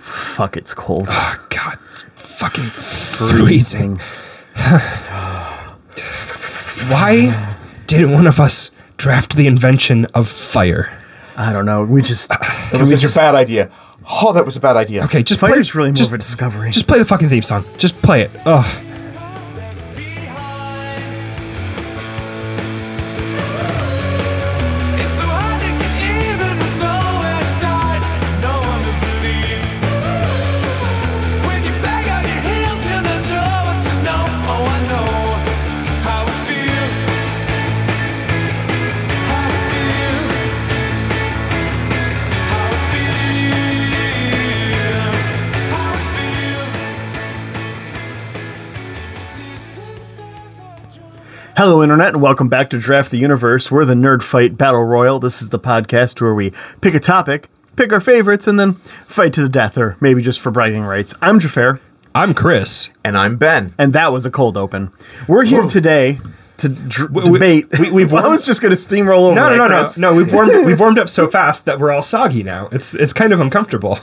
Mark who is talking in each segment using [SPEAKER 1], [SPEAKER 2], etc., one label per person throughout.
[SPEAKER 1] fuck, it's cold.
[SPEAKER 2] Oh, God, it's fucking freezing. Why did one of us draft the invention of fire?
[SPEAKER 1] I don't know. We just
[SPEAKER 3] It was such a bad idea. Oh, that was a bad idea.
[SPEAKER 2] Okay, just play.
[SPEAKER 1] fire's really more
[SPEAKER 2] just,
[SPEAKER 1] of a discovery.
[SPEAKER 2] just play the fucking theme song. Just play it. Ugh.
[SPEAKER 4] It's so hard to get even with nowhere to start, no one to believe. When you're back on your heels, you're not sure what you know. Oh, I know how it feels. How it feels. How it feels. How it feels. Distance, there's a joy.
[SPEAKER 5] Hello, Internet, and welcome back to Draft the Universe. We're the Nerd Fight Battle Royal. This is the podcast where we pick a topic, pick our favorites, and then fight to the death, or maybe just for bragging rights. I'm Jafar,
[SPEAKER 2] I'm Chris.
[SPEAKER 3] And I'm Ben.
[SPEAKER 5] and that was a cold open. We're here today to dr-
[SPEAKER 2] We- we-
[SPEAKER 5] debate.
[SPEAKER 2] we- we've
[SPEAKER 5] I
[SPEAKER 2] won-
[SPEAKER 5] was just going to steamroll over.
[SPEAKER 2] No, no,
[SPEAKER 5] it,
[SPEAKER 2] no, no,
[SPEAKER 5] Oh Chris.
[SPEAKER 2] no. We've warmed we've warmed up so fast that we're all soggy now. It's it's kind of uncomfortable.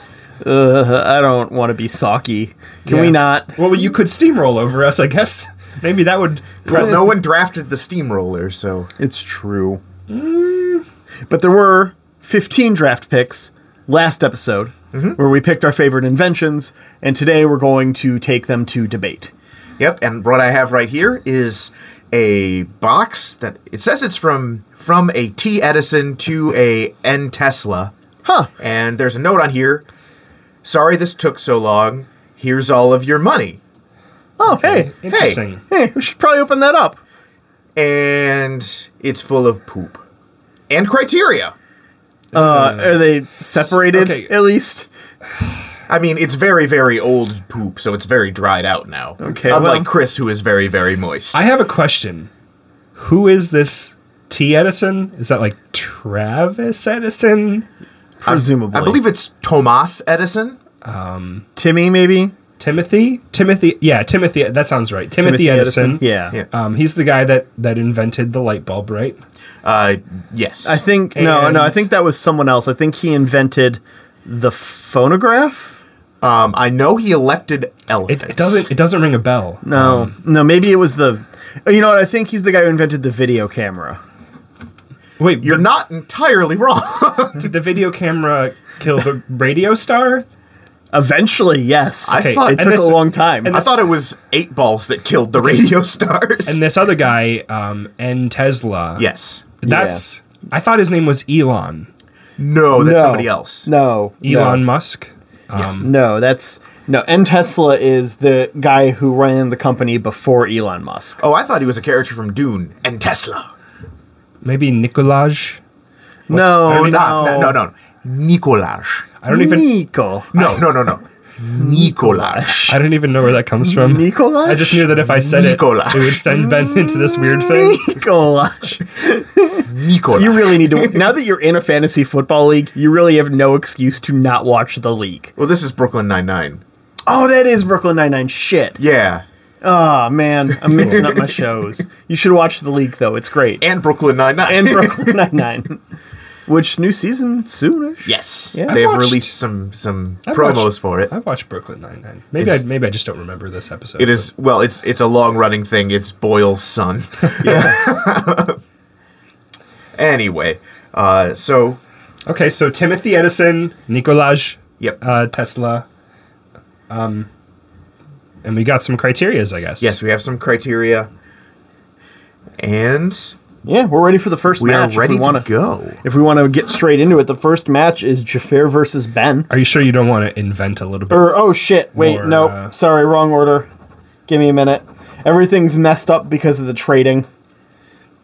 [SPEAKER 5] I don't want to be socky. Can
[SPEAKER 2] Yeah.
[SPEAKER 5] we not?
[SPEAKER 2] Well, you could steamroll over us, I guess. Maybe that would.
[SPEAKER 3] Well, no one drafted the steamroller, so
[SPEAKER 5] It's true. But there were 15 draft picks last episode where we picked our favorite inventions, and today we're going to take them to debate.
[SPEAKER 3] yep. And what I have right here is a box that it says it's from from a T Edison to a N Tesla.
[SPEAKER 5] Huh.
[SPEAKER 3] And there's a note on here. Sorry this took so long. Here's all of your money.
[SPEAKER 5] Oh, hey.
[SPEAKER 2] Interesting.
[SPEAKER 5] Hey, we should probably open that up.
[SPEAKER 3] And it's full of poop. And criteria.
[SPEAKER 5] Uh, are they separated
[SPEAKER 2] okay.
[SPEAKER 5] at least?
[SPEAKER 3] I mean, it's very, very old poop, so it's very dried out now.
[SPEAKER 5] Okay,
[SPEAKER 3] Unlike
[SPEAKER 5] well-
[SPEAKER 3] Chris, who is very, very moist.
[SPEAKER 2] I have a question. Who is this T. Edison? Is that like Travis Edison?
[SPEAKER 5] Presumably.
[SPEAKER 3] I believe it's Thomas Edison.
[SPEAKER 5] Timmy, maybe?
[SPEAKER 2] Timothy? Timothy? Yeah, Timothy. That sounds right. Timothy, Edison.
[SPEAKER 5] Yeah.
[SPEAKER 3] Yeah.
[SPEAKER 2] Um, he's the guy that that invented the light bulb, right?
[SPEAKER 3] Uh, yes.
[SPEAKER 5] I think, no, no, I
[SPEAKER 2] And-
[SPEAKER 5] think that was someone else. I think he invented the phonograph?
[SPEAKER 3] um, I know he elected
[SPEAKER 2] It,
[SPEAKER 3] elephants.
[SPEAKER 2] it doesn't. It doesn't ring a bell.
[SPEAKER 5] No, no, maybe it was the. oh, You know what? I think he's the guy who invented the video camera.
[SPEAKER 2] Wait,
[SPEAKER 3] You're not entirely wrong.
[SPEAKER 2] did the video camera kill the radio star?
[SPEAKER 5] Eventually, yes.
[SPEAKER 3] I
[SPEAKER 2] Okay,
[SPEAKER 3] thought
[SPEAKER 5] it
[SPEAKER 2] and
[SPEAKER 5] took
[SPEAKER 2] this-
[SPEAKER 5] a long time.
[SPEAKER 3] I thought it was eight balls that killed the radio stars.
[SPEAKER 2] And this other guy, um, N. Tesla.
[SPEAKER 3] yes.
[SPEAKER 2] That's. I thought his name was Elon.
[SPEAKER 3] No, that's
[SPEAKER 5] No.
[SPEAKER 3] somebody else.
[SPEAKER 5] no,
[SPEAKER 2] Elon
[SPEAKER 5] no,
[SPEAKER 2] Musk.
[SPEAKER 5] No, that's no. And Tesla is the guy who ran the company before Elon Musk.
[SPEAKER 3] Oh, I thought he was a character from Dune and Tesla.
[SPEAKER 2] Maybe Nicolaj.
[SPEAKER 5] no,
[SPEAKER 3] Or
[SPEAKER 5] Oh, no,
[SPEAKER 3] not- no, no, no. Nicolaj.
[SPEAKER 2] I don't even.
[SPEAKER 5] Nico.
[SPEAKER 3] No, no, no, no. Nicolaj.
[SPEAKER 2] I don't even know where that comes from.
[SPEAKER 5] Nicolaj?
[SPEAKER 2] I just knew that if I said
[SPEAKER 3] Nicolaj.
[SPEAKER 2] it, it would send Ben into this weird thing.
[SPEAKER 5] Nicolaj.
[SPEAKER 3] Nicolaj.
[SPEAKER 5] You really need to. Now that you're in a fantasy football league, you really have no excuse to not watch the league.
[SPEAKER 3] Well, this is Brooklyn Nine Nine.
[SPEAKER 5] Oh, that is Brooklyn Nine Nine. Shit.
[SPEAKER 3] Yeah,
[SPEAKER 5] Oh man, I'm mixing up my shows. You should watch the league though; it's great.
[SPEAKER 3] and Brooklyn Nine Nine.
[SPEAKER 5] and Brooklyn Nine Nine, which new season soonish.
[SPEAKER 3] yes,
[SPEAKER 5] Yeah.
[SPEAKER 3] they've
[SPEAKER 2] I've watched-
[SPEAKER 3] released some some
[SPEAKER 2] I've
[SPEAKER 3] promos
[SPEAKER 2] watched-
[SPEAKER 3] for it.
[SPEAKER 2] I've watched Brooklyn Nine Nine. Maybe I maybe I just don't remember this episode.
[SPEAKER 3] It is well, it's it's a long running thing. It's Boyle's son.
[SPEAKER 5] Yeah.
[SPEAKER 3] anyway, uh, so
[SPEAKER 2] Okay, so Timothy Edison, Nicolaj
[SPEAKER 3] yep,
[SPEAKER 2] uh, Tesla, um, and we got some criterias, I guess.
[SPEAKER 3] yes, we have some criteria, and
[SPEAKER 5] yeah, we're ready for the first
[SPEAKER 3] we
[SPEAKER 5] match.
[SPEAKER 3] are ready
[SPEAKER 5] if we wanna,
[SPEAKER 3] to go.
[SPEAKER 5] If we want to get straight into it, the first match is Jafar versus Ben.
[SPEAKER 2] Are you sure you don't want to invent a little bit?
[SPEAKER 5] Or oh shit, wait,
[SPEAKER 2] Or,
[SPEAKER 5] nope,
[SPEAKER 2] uh,
[SPEAKER 5] sorry, wrong order. Give me a minute. Everything's messed up because of the trading.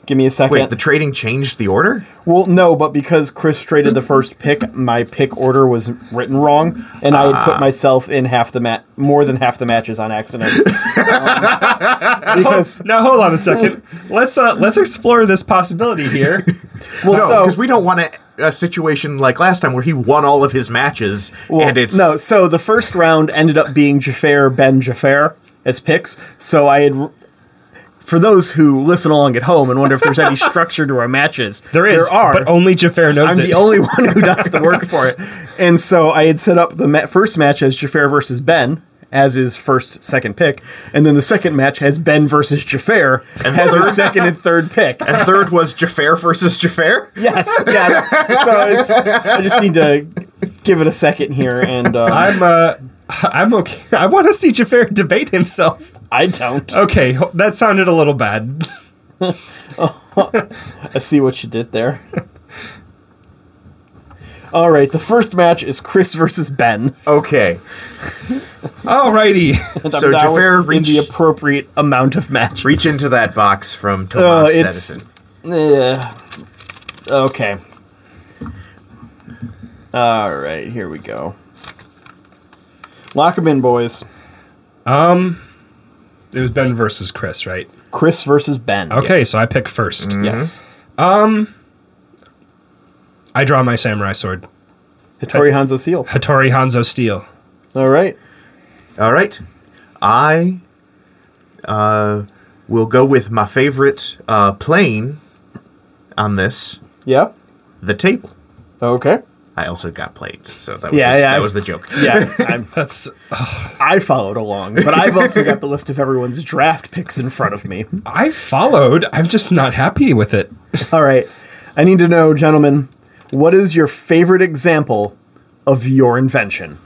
[SPEAKER 5] Give me a second.
[SPEAKER 3] Wait, the trading changed the order.
[SPEAKER 5] well, no, but because Chris traded the first pick, my pick order was written wrong, and I had put myself in half the mat, more than half the matches on accident. Um, because
[SPEAKER 2] Now hold on a second. let's uh, let's explore this possibility here.
[SPEAKER 5] well,
[SPEAKER 3] No,
[SPEAKER 5] so
[SPEAKER 3] because we don't want a, a situation like last time where he won all of his matches
[SPEAKER 5] Well,
[SPEAKER 3] and it's
[SPEAKER 5] no. So the first round ended up being Jafar Ben Jafar as picks. So I had for those who listen along at home and wonder if there's any structure to our matches,
[SPEAKER 2] There is,
[SPEAKER 5] There are,
[SPEAKER 2] but only Jafar knows
[SPEAKER 5] I'm
[SPEAKER 2] it.
[SPEAKER 5] the only one who does the work for it. And so I had set up the ma- first match as Jafar versus Ben as his first second pick, and then the second match has Ben versus Jafar as his second and third pick.
[SPEAKER 3] And third was Jafar versus Jafar.
[SPEAKER 5] Yes, yeah. So it's, I just need to give it a second here, and uh,
[SPEAKER 2] I'm uh, I'm okay. I want to see Jafar debate himself.
[SPEAKER 5] I don't.
[SPEAKER 2] Okay, ho- that sounded a little bad.
[SPEAKER 5] I see what you did there. All right, the first match is Chris versus Ben.
[SPEAKER 3] Okay.
[SPEAKER 2] Alrighty.
[SPEAKER 5] And I'm
[SPEAKER 3] So
[SPEAKER 5] now
[SPEAKER 3] Jafar
[SPEAKER 5] in the
[SPEAKER 3] reach-
[SPEAKER 5] appropriate amount of matches.
[SPEAKER 3] Reach into that box from
[SPEAKER 5] Uh,
[SPEAKER 3] Thomas
[SPEAKER 5] it's-
[SPEAKER 3] Edison.
[SPEAKER 5] Yeah. Okay. All right, here we go. Lock 'em in, boys.
[SPEAKER 2] It was Ben versus Chris, right?
[SPEAKER 5] Chris versus Ben.
[SPEAKER 2] Okay, so I pick first.
[SPEAKER 3] Mm-hmm.
[SPEAKER 5] Yes.
[SPEAKER 2] I draw my samurai sword.
[SPEAKER 5] Hitori Hanzo Seal.
[SPEAKER 2] Hattori Hanzo Steel.
[SPEAKER 5] All right.
[SPEAKER 3] All right. I uh, will go with my favorite uh, plane on this
[SPEAKER 5] Yeah.
[SPEAKER 3] the table.
[SPEAKER 5] Okay.
[SPEAKER 3] I also got plates, so that was,
[SPEAKER 5] Yeah,
[SPEAKER 3] the,
[SPEAKER 5] yeah,
[SPEAKER 3] that
[SPEAKER 5] I've-
[SPEAKER 3] was the joke.
[SPEAKER 5] Yeah, I'm,
[SPEAKER 2] That's.
[SPEAKER 5] I followed along, but I've also got the list of everyone's draft picks in front of me.
[SPEAKER 2] I followed. I'm just not happy with it.
[SPEAKER 5] All right. I need to know, gentlemen, what is your favorite example of your invention?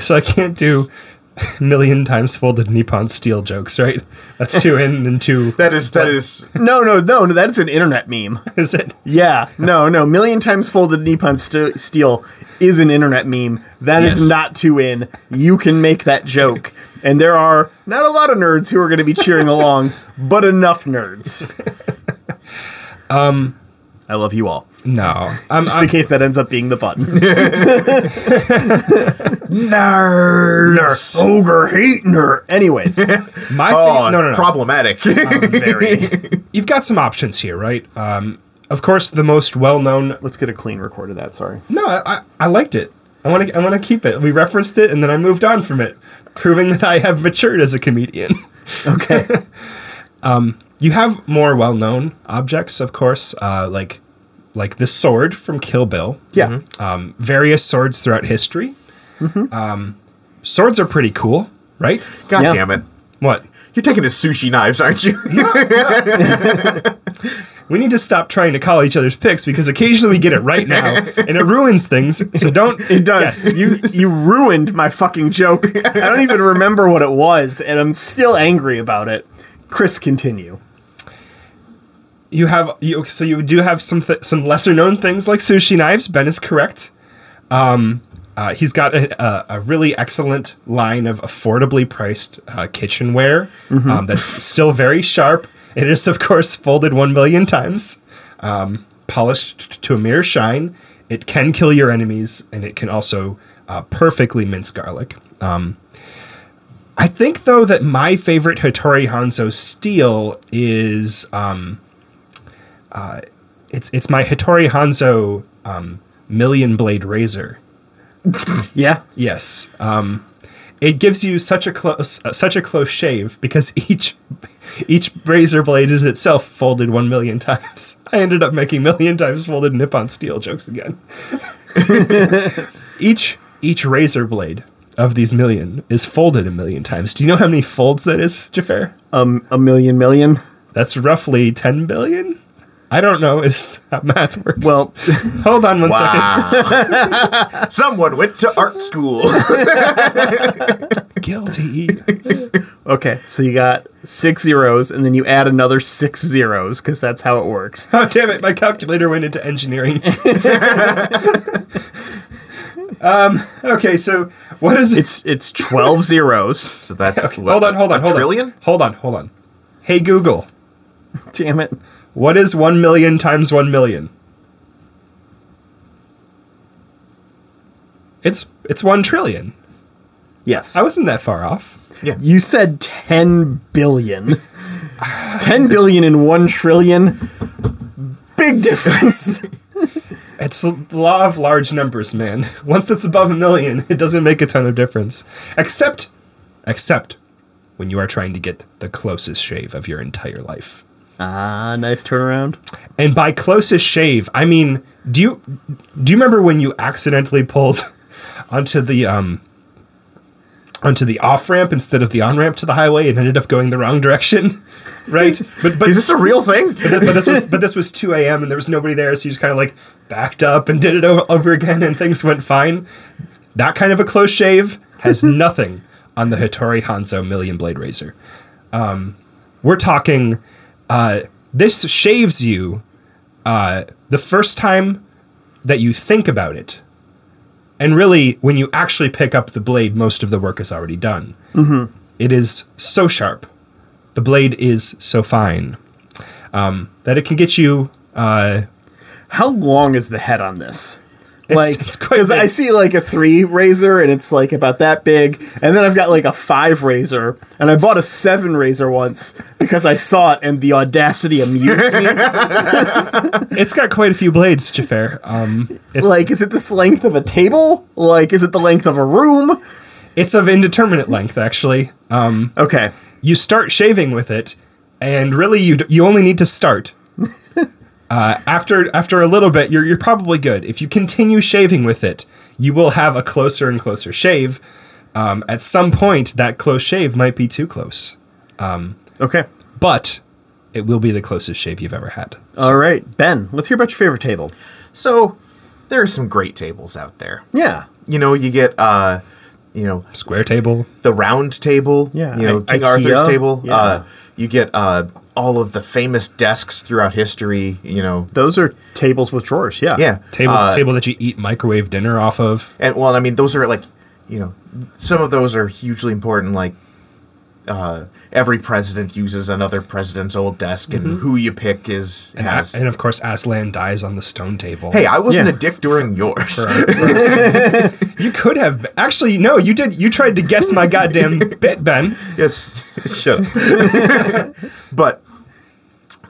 [SPEAKER 2] So I can't do million times folded Nippon steel jokes, right? That's two in and two.
[SPEAKER 3] That is that is
[SPEAKER 5] No, no, no, no, that's an internet meme.
[SPEAKER 2] Is it?
[SPEAKER 5] Yeah, no, no. Million times folded Nippon st- steel is an internet meme. That is
[SPEAKER 2] Yes.
[SPEAKER 5] not too in. You can make that joke. And there are not a lot of nerds who are going to be cheering along, but enough nerds. Um, I love you all.
[SPEAKER 2] No. I'm,
[SPEAKER 5] Just
[SPEAKER 2] I'm-
[SPEAKER 5] in case that ends up being the button.
[SPEAKER 3] nerds.
[SPEAKER 5] Ogre hate nerd. Anyways,
[SPEAKER 2] my
[SPEAKER 3] Oh,
[SPEAKER 2] fa- no, no, no.
[SPEAKER 3] problematic.
[SPEAKER 5] very.
[SPEAKER 2] You've got some options here, right? Um, of course, the most well-known.
[SPEAKER 5] Let's get a clean record of that. Sorry.
[SPEAKER 2] No, I, I, I liked it. I want to. I want to keep it. We referenced it, and then I moved on from it, proving that I have matured as a comedian.
[SPEAKER 5] Okay.
[SPEAKER 2] You have more well-known objects, of course, uh, like like the sword from Kill Bill.
[SPEAKER 5] Yeah.
[SPEAKER 2] Um, various swords throughout history.
[SPEAKER 5] Mm-hmm.
[SPEAKER 2] Um, swords are pretty cool, right?
[SPEAKER 3] God
[SPEAKER 5] Yeah.
[SPEAKER 3] damn it!
[SPEAKER 2] What?
[SPEAKER 3] You're taking his sushi knives, aren't you?
[SPEAKER 2] We need to stop trying to call each other's picks because occasionally we get it right now, and it ruins things. So don't.
[SPEAKER 5] It does. You you ruined my fucking joke. I don't even remember what it was, and I'm still angry about it. Chris, continue.
[SPEAKER 2] you have you so you do have some th- some lesser known things like sushi knives. Ben is correct. Um, uh, he's got a, a, a really excellent line of affordably priced uh, kitchenware um, that's still very sharp. It is of course folded one million times, um, polished to a mere shine. It can kill your enemies, and it can also uh, perfectly mince garlic. Um, I think though that my favorite Hattori Hanzo steel is um, uh, it's it's my Hattori Hanzo um, million blade razor.
[SPEAKER 5] Yeah.
[SPEAKER 2] Yes, um, it gives you such a close uh, such a close shave because each each razor blade is itself folded one million times. I ended up making million times folded Nippon steel jokes again. each each razor blade of these million is folded a million times. Do you know how many folds that is, Jafar?
[SPEAKER 5] Um, a million million.
[SPEAKER 2] That's roughly ten billion. I don't know is how math works.
[SPEAKER 5] Well,
[SPEAKER 2] hold on one second.
[SPEAKER 3] wow. Someone went to art school.
[SPEAKER 2] Guilty.
[SPEAKER 5] okay. So you got six zeros, and then you add another six zeros because that's how it works.
[SPEAKER 2] Oh damn it! My calculator went into engineering. um. Okay. So what is it?
[SPEAKER 5] It's it's twelve zeros.
[SPEAKER 3] so that's what,
[SPEAKER 2] hold on. Hold on.
[SPEAKER 3] a
[SPEAKER 2] Hold
[SPEAKER 3] trillion?
[SPEAKER 2] on. Hold on. Hold on. Hey Google,
[SPEAKER 5] Damn it.
[SPEAKER 2] what is one million times one million? It's it's one trillion.
[SPEAKER 5] Yes.
[SPEAKER 2] I wasn't that far off.
[SPEAKER 5] you said ten billion. ten billion and one trillion. Big difference.
[SPEAKER 2] It's the law of large numbers, man. Once it's above a million, it doesn't make a ton of difference. Except, except when you are trying to get the closest shave of your entire life.
[SPEAKER 5] Ah, nice turnaround.
[SPEAKER 2] And by closest shave, I mean, do you do you remember when you accidentally pulled onto the um onto the off ramp instead of the on ramp to the highway and ended up going the wrong direction? Right? But but
[SPEAKER 3] Is this a real thing?
[SPEAKER 2] but, th- but this was but this was 2 a.m. and there was nobody there, so you just kind of like backed up and did it o- over again, and things went fine. That kind of a close shave has nothing on the Hattori Hanzo Million Blade Razor. Um, we're talking. Uh, this shaves you uh, the first time that you think about it. And really, when you actually pick up the blade, most of the work is already done. It is so sharp. The blade is so fine um, that it can get you. Uh,
[SPEAKER 5] How long is the head on this?
[SPEAKER 2] It's-
[SPEAKER 5] Like,
[SPEAKER 2] it's quite
[SPEAKER 5] because
[SPEAKER 2] big.
[SPEAKER 5] I see like a three razor and it's like about that big, and then I've got like a five razor, and I bought a seven razor once because I saw it and the audacity amused me.
[SPEAKER 2] it's got quite a few blades, Jafar. Um, it's
[SPEAKER 5] like, is it this length of a table? Like, is it the length of a room?
[SPEAKER 2] it's of indeterminate length, actually. Um,
[SPEAKER 5] Okay,
[SPEAKER 2] you start shaving with it, and really, you d- you only need to start. Uh, after after a little bit, you're you're probably good. If you continue shaving with it, you will have a closer and closer shave. Um, at some point, that close shave might be too close,
[SPEAKER 5] okay,
[SPEAKER 2] but it will be the closest shave you've ever had.
[SPEAKER 5] all right, Ben. Let's hear about your favorite table.
[SPEAKER 3] So there are some great tables out there.
[SPEAKER 5] Yeah,
[SPEAKER 3] You know, you get uh, you know,
[SPEAKER 2] Square table.
[SPEAKER 3] the round table.
[SPEAKER 5] Yeah,
[SPEAKER 3] You know,
[SPEAKER 5] I-
[SPEAKER 3] King
[SPEAKER 5] Ikea,
[SPEAKER 3] Arthur's table.
[SPEAKER 5] yeah.
[SPEAKER 3] Uh, you get uh, all of the famous desks throughout history. You know,
[SPEAKER 5] those are tables with drawers. Yeah,
[SPEAKER 3] yeah,
[SPEAKER 2] table
[SPEAKER 3] uh,
[SPEAKER 2] table that you eat microwave dinner off of.
[SPEAKER 3] And well, I mean, those are like, you know, some of those are hugely important. Like, uh, every president uses another president's old desk, and who you pick is
[SPEAKER 2] Mm-hmm. And,
[SPEAKER 3] has.
[SPEAKER 2] and of course, Aslan dies on the stone table.
[SPEAKER 3] hey, I wasn't
[SPEAKER 5] Yeah.
[SPEAKER 3] a dick during yours.
[SPEAKER 2] For our- for our- you could have been- actually no. You did. You tried to guess my goddamn bit, Ben.
[SPEAKER 3] yes, shut up. but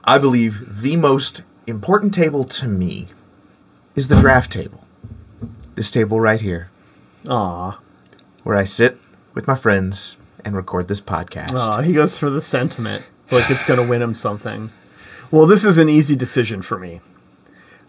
[SPEAKER 3] I believe the most important table to me is the draft table. This table right here,
[SPEAKER 5] Aw,
[SPEAKER 3] where I sit with my friends and record this podcast.
[SPEAKER 5] Aw, Uh, he goes for the sentiment, like it's gonna win him something. Well, this is an easy decision for me.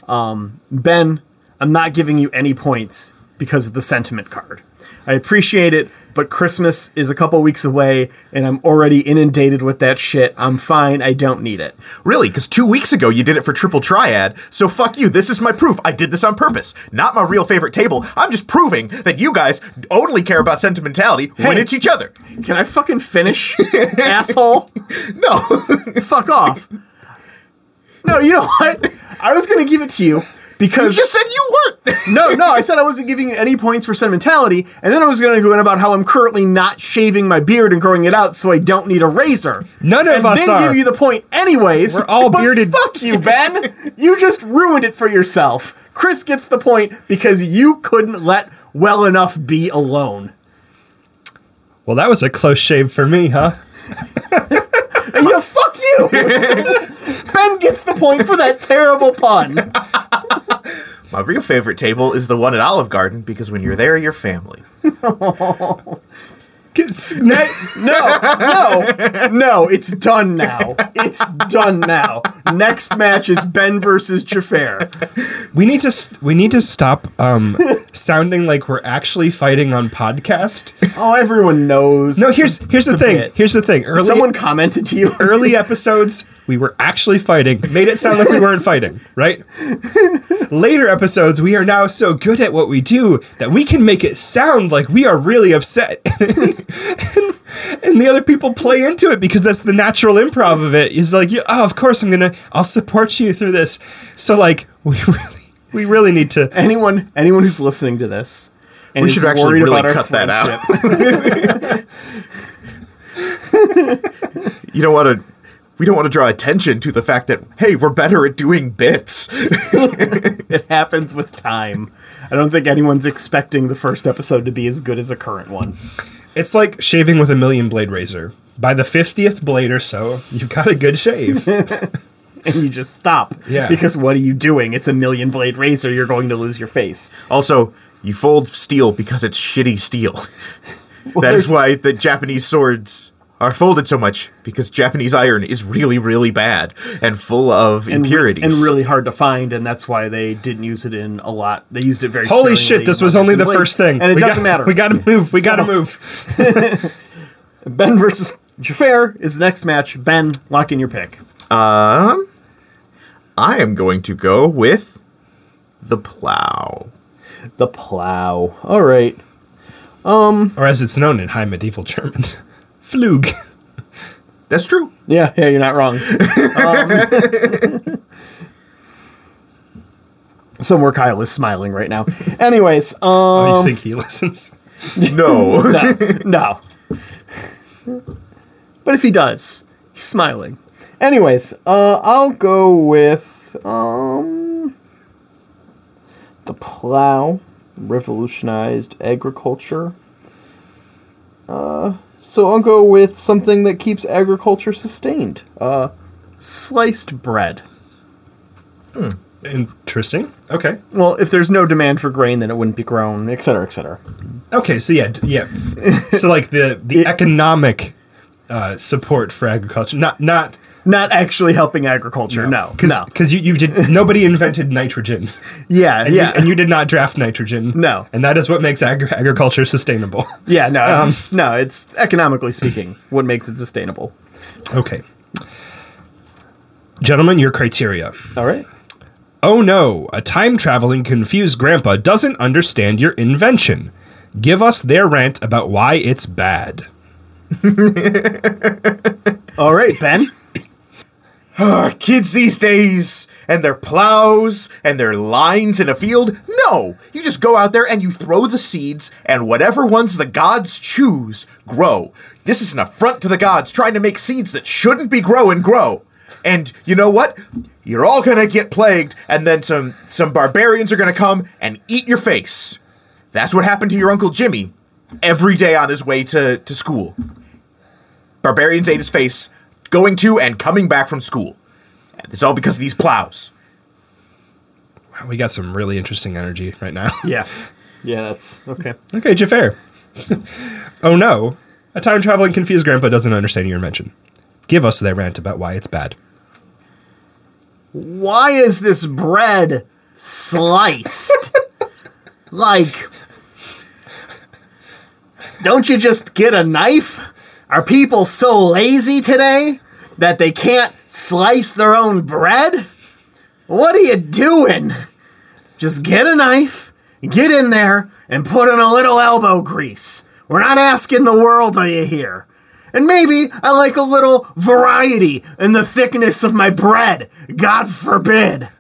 [SPEAKER 5] Um, ben, I'm not giving you any points because of the sentiment card. I appreciate it, but Christmas is a couple weeks away, and I'm already inundated with that shit. I'm fine. I don't need it.
[SPEAKER 3] Really? Because two weeks ago you did it for Triple Triad, so fuck you. This is my proof. I did this on purpose. Not my real favorite table. I'm just proving that you guys only care about sentimentality when
[SPEAKER 5] Hey.
[SPEAKER 3] it's each other.
[SPEAKER 5] Can I fucking finish, asshole?
[SPEAKER 3] No.
[SPEAKER 5] Fuck off. No, you know what? I was gonna give it to you
[SPEAKER 3] you
[SPEAKER 5] because
[SPEAKER 3] just said you weren't.
[SPEAKER 5] No, no, I said I wasn't giving you any points for sentimentality, and then I was going to go in about how I'm currently not shaving my beard and growing it out, so I don't need a razor.
[SPEAKER 2] None of
[SPEAKER 5] and
[SPEAKER 2] us
[SPEAKER 5] then
[SPEAKER 2] are.
[SPEAKER 5] give you the point anyways.
[SPEAKER 2] We're all
[SPEAKER 5] but
[SPEAKER 2] bearded-
[SPEAKER 5] Fuck you, Ben. you just ruined it for yourself. Chris gets the point because you couldn't let well enough be alone.
[SPEAKER 2] Well, that was a close shave for me, huh?
[SPEAKER 5] And you know, fuck you. ben gets the point for that terrible pun.
[SPEAKER 3] My real favorite table is the one at Olive Garden because when you're there, you're family.
[SPEAKER 2] Gets-
[SPEAKER 5] No, no, no, it's done now. It's done now. Next match is Ben versus Jafar.
[SPEAKER 2] we need to s- we need to stop um, sounding like we're actually fighting on podcast.
[SPEAKER 5] Oh, everyone knows.
[SPEAKER 2] No, here's here's the
[SPEAKER 5] It's a
[SPEAKER 2] thing.
[SPEAKER 5] bit.
[SPEAKER 2] Here's the thing. Early
[SPEAKER 5] Someone commented to you.
[SPEAKER 2] early episodes, we were actually fighting. It Made it sound like we weren't fighting, right? Later episodes, we are now so good at what we do that we can make it sound like we are really upset. and, and the other people play into it because that's the natural improv of it. Is like, yeah, oh, of course I'm gonna, I'll support you through this. So like, we really, we really need to.
[SPEAKER 5] Anyone, anyone who's listening to this, and
[SPEAKER 3] We
[SPEAKER 5] is
[SPEAKER 3] should actually
[SPEAKER 5] worried
[SPEAKER 3] really
[SPEAKER 5] about our
[SPEAKER 3] cut that out.
[SPEAKER 5] friendship-
[SPEAKER 3] You don't want to. We don't want to draw attention to the fact that hey, we're better at doing bits.
[SPEAKER 5] It happens with time. I don't think anyone's expecting the first episode to be as good as a current one.
[SPEAKER 2] It's like shaving with a million blade razor. By the fiftieth blade or so, you've got a good shave.
[SPEAKER 5] And you just stop.
[SPEAKER 2] Yeah.
[SPEAKER 5] Because what are you doing? It's a million blade razor. You're going to lose your face.
[SPEAKER 3] Also, you fold steel because it's shitty steel.
[SPEAKER 5] Well,
[SPEAKER 3] that is
[SPEAKER 5] there's-
[SPEAKER 3] why the Japanese swords are folded so much because Japanese iron is really, really bad and full
[SPEAKER 5] and
[SPEAKER 3] of
[SPEAKER 5] re-
[SPEAKER 3] impurities.
[SPEAKER 5] and really hard to find, and that's why they didn't use it in a lot. They used it very.
[SPEAKER 2] Holy
[SPEAKER 5] sparingly
[SPEAKER 2] shit! This
[SPEAKER 5] when
[SPEAKER 2] was
[SPEAKER 5] they
[SPEAKER 2] only the
[SPEAKER 5] played.
[SPEAKER 2] first thing,
[SPEAKER 5] and it
[SPEAKER 2] We
[SPEAKER 5] doesn't
[SPEAKER 2] got-
[SPEAKER 5] matter.
[SPEAKER 2] We gotta move. We gotta
[SPEAKER 5] So-
[SPEAKER 2] move.
[SPEAKER 5] Ben versus Jafar is the next match. Ben, lock in your pick.
[SPEAKER 3] I am going to go with the plow.
[SPEAKER 5] The plow. All right.
[SPEAKER 2] Or as it's known in high medieval German, Flug.
[SPEAKER 3] That's true.
[SPEAKER 5] Yeah, yeah, you're not wrong. Um, somewhere Kyle is smiling right now. Anyways, um,
[SPEAKER 2] Oh, you think he listens?
[SPEAKER 3] No.
[SPEAKER 5] no, no. But if he does, he's smiling. Anyways, uh, I'll go with um, the plow revolutionized agriculture. Uh, so I'll go with something that keeps agriculture sustained. Uh, sliced bread.
[SPEAKER 2] Interesting. Okay.
[SPEAKER 5] Well, if there's no demand for grain, then it wouldn't be grown, et cetera, et cetera.
[SPEAKER 2] Okay. So yeah, d- yeah. So like the the economic uh, support for agriculture, not not
[SPEAKER 5] Not actually helping agriculture. No,
[SPEAKER 2] because
[SPEAKER 5] no.
[SPEAKER 2] you you did nobody invented nitrogen.
[SPEAKER 5] Yeah,
[SPEAKER 2] And
[SPEAKER 5] yeah.
[SPEAKER 2] You, and you did not draft nitrogen.
[SPEAKER 5] No.
[SPEAKER 2] And that is what makes agri- agriculture sustainable.
[SPEAKER 5] Yeah, no, it's, no, it's economically speaking what makes it sustainable.
[SPEAKER 2] okay. Gentlemen, your criteria.
[SPEAKER 5] All right.
[SPEAKER 2] Oh no, a time traveling confused grandpa doesn't understand your invention. Give us their rant about why it's bad.
[SPEAKER 5] All right, Ben.
[SPEAKER 3] Our kids these days and their plows and their lines in a field. No. You just go out there and you throw the seeds, and whatever ones the gods choose grow. This is an affront to the gods trying to make seeds that shouldn't be growing grow. And you know what? You're all gonna get plagued, and then some some barbarians are gonna come and eat your face. That's what happened to your Uncle Jimmy every day on his way to, to school. Barbarians ate his face, going to and coming back from school. And It's all because of these plows.
[SPEAKER 2] Wow, we got some really interesting energy right now.
[SPEAKER 5] Yeah. Yeah, that's okay.
[SPEAKER 2] okay, Jafar. oh no, a time traveling confused grandpa doesn't understand your invention. Give us their rant about why it's bad.
[SPEAKER 5] Why is this bread sliced? like, don't you just get a knife? Are people so lazy today that they can't slice their own bread? What are you doing? Just get a knife, get in there, and put in a little elbow grease. We're not asking the world, are you here? And maybe I like a little variety in the thickness of my bread. God forbid.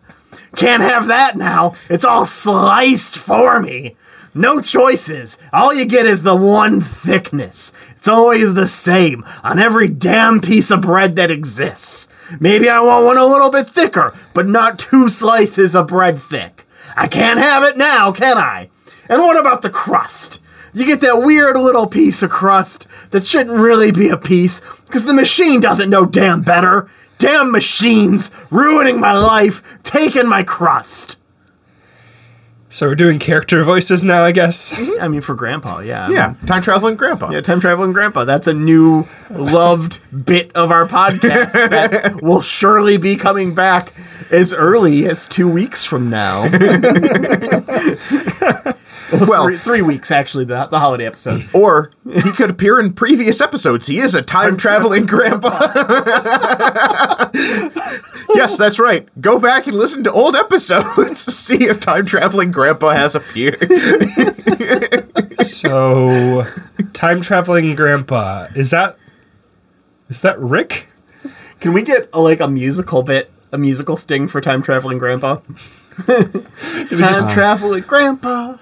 [SPEAKER 5] Can't have that now. It's all sliced for me. No choices. All you get is the one thickness. It's always the same on every damn piece of bread that exists. Maybe I want one a little bit thicker, but not two slices of bread thick. I can't have it now, can I? And what about the crust? You get that weird little piece of crust that shouldn't really be a piece because the machine doesn't know damn better. Damn machines ruining my life, taking my crust.
[SPEAKER 2] So we're doing character voices now, I guess.
[SPEAKER 5] I mean, for Grandpa, yeah.
[SPEAKER 3] time traveling grandpa.
[SPEAKER 5] Yeah, time traveling grandpa. That's a new loved bit of our podcast that will surely be coming back as early as two weeks from now.
[SPEAKER 3] well,
[SPEAKER 5] three, three weeks, actually, the, the holiday episode.
[SPEAKER 3] or he could appear in previous episodes. He is a time traveling grandpa. yes, that's right. Go back and listen to old episodes to see if time traveling grandpa has appeared.
[SPEAKER 2] So, time traveling grandpa is that is that Rick?
[SPEAKER 5] Can we get a, like a musical bit, a musical sting for time traveling grandpa? it's time traveling grandpa.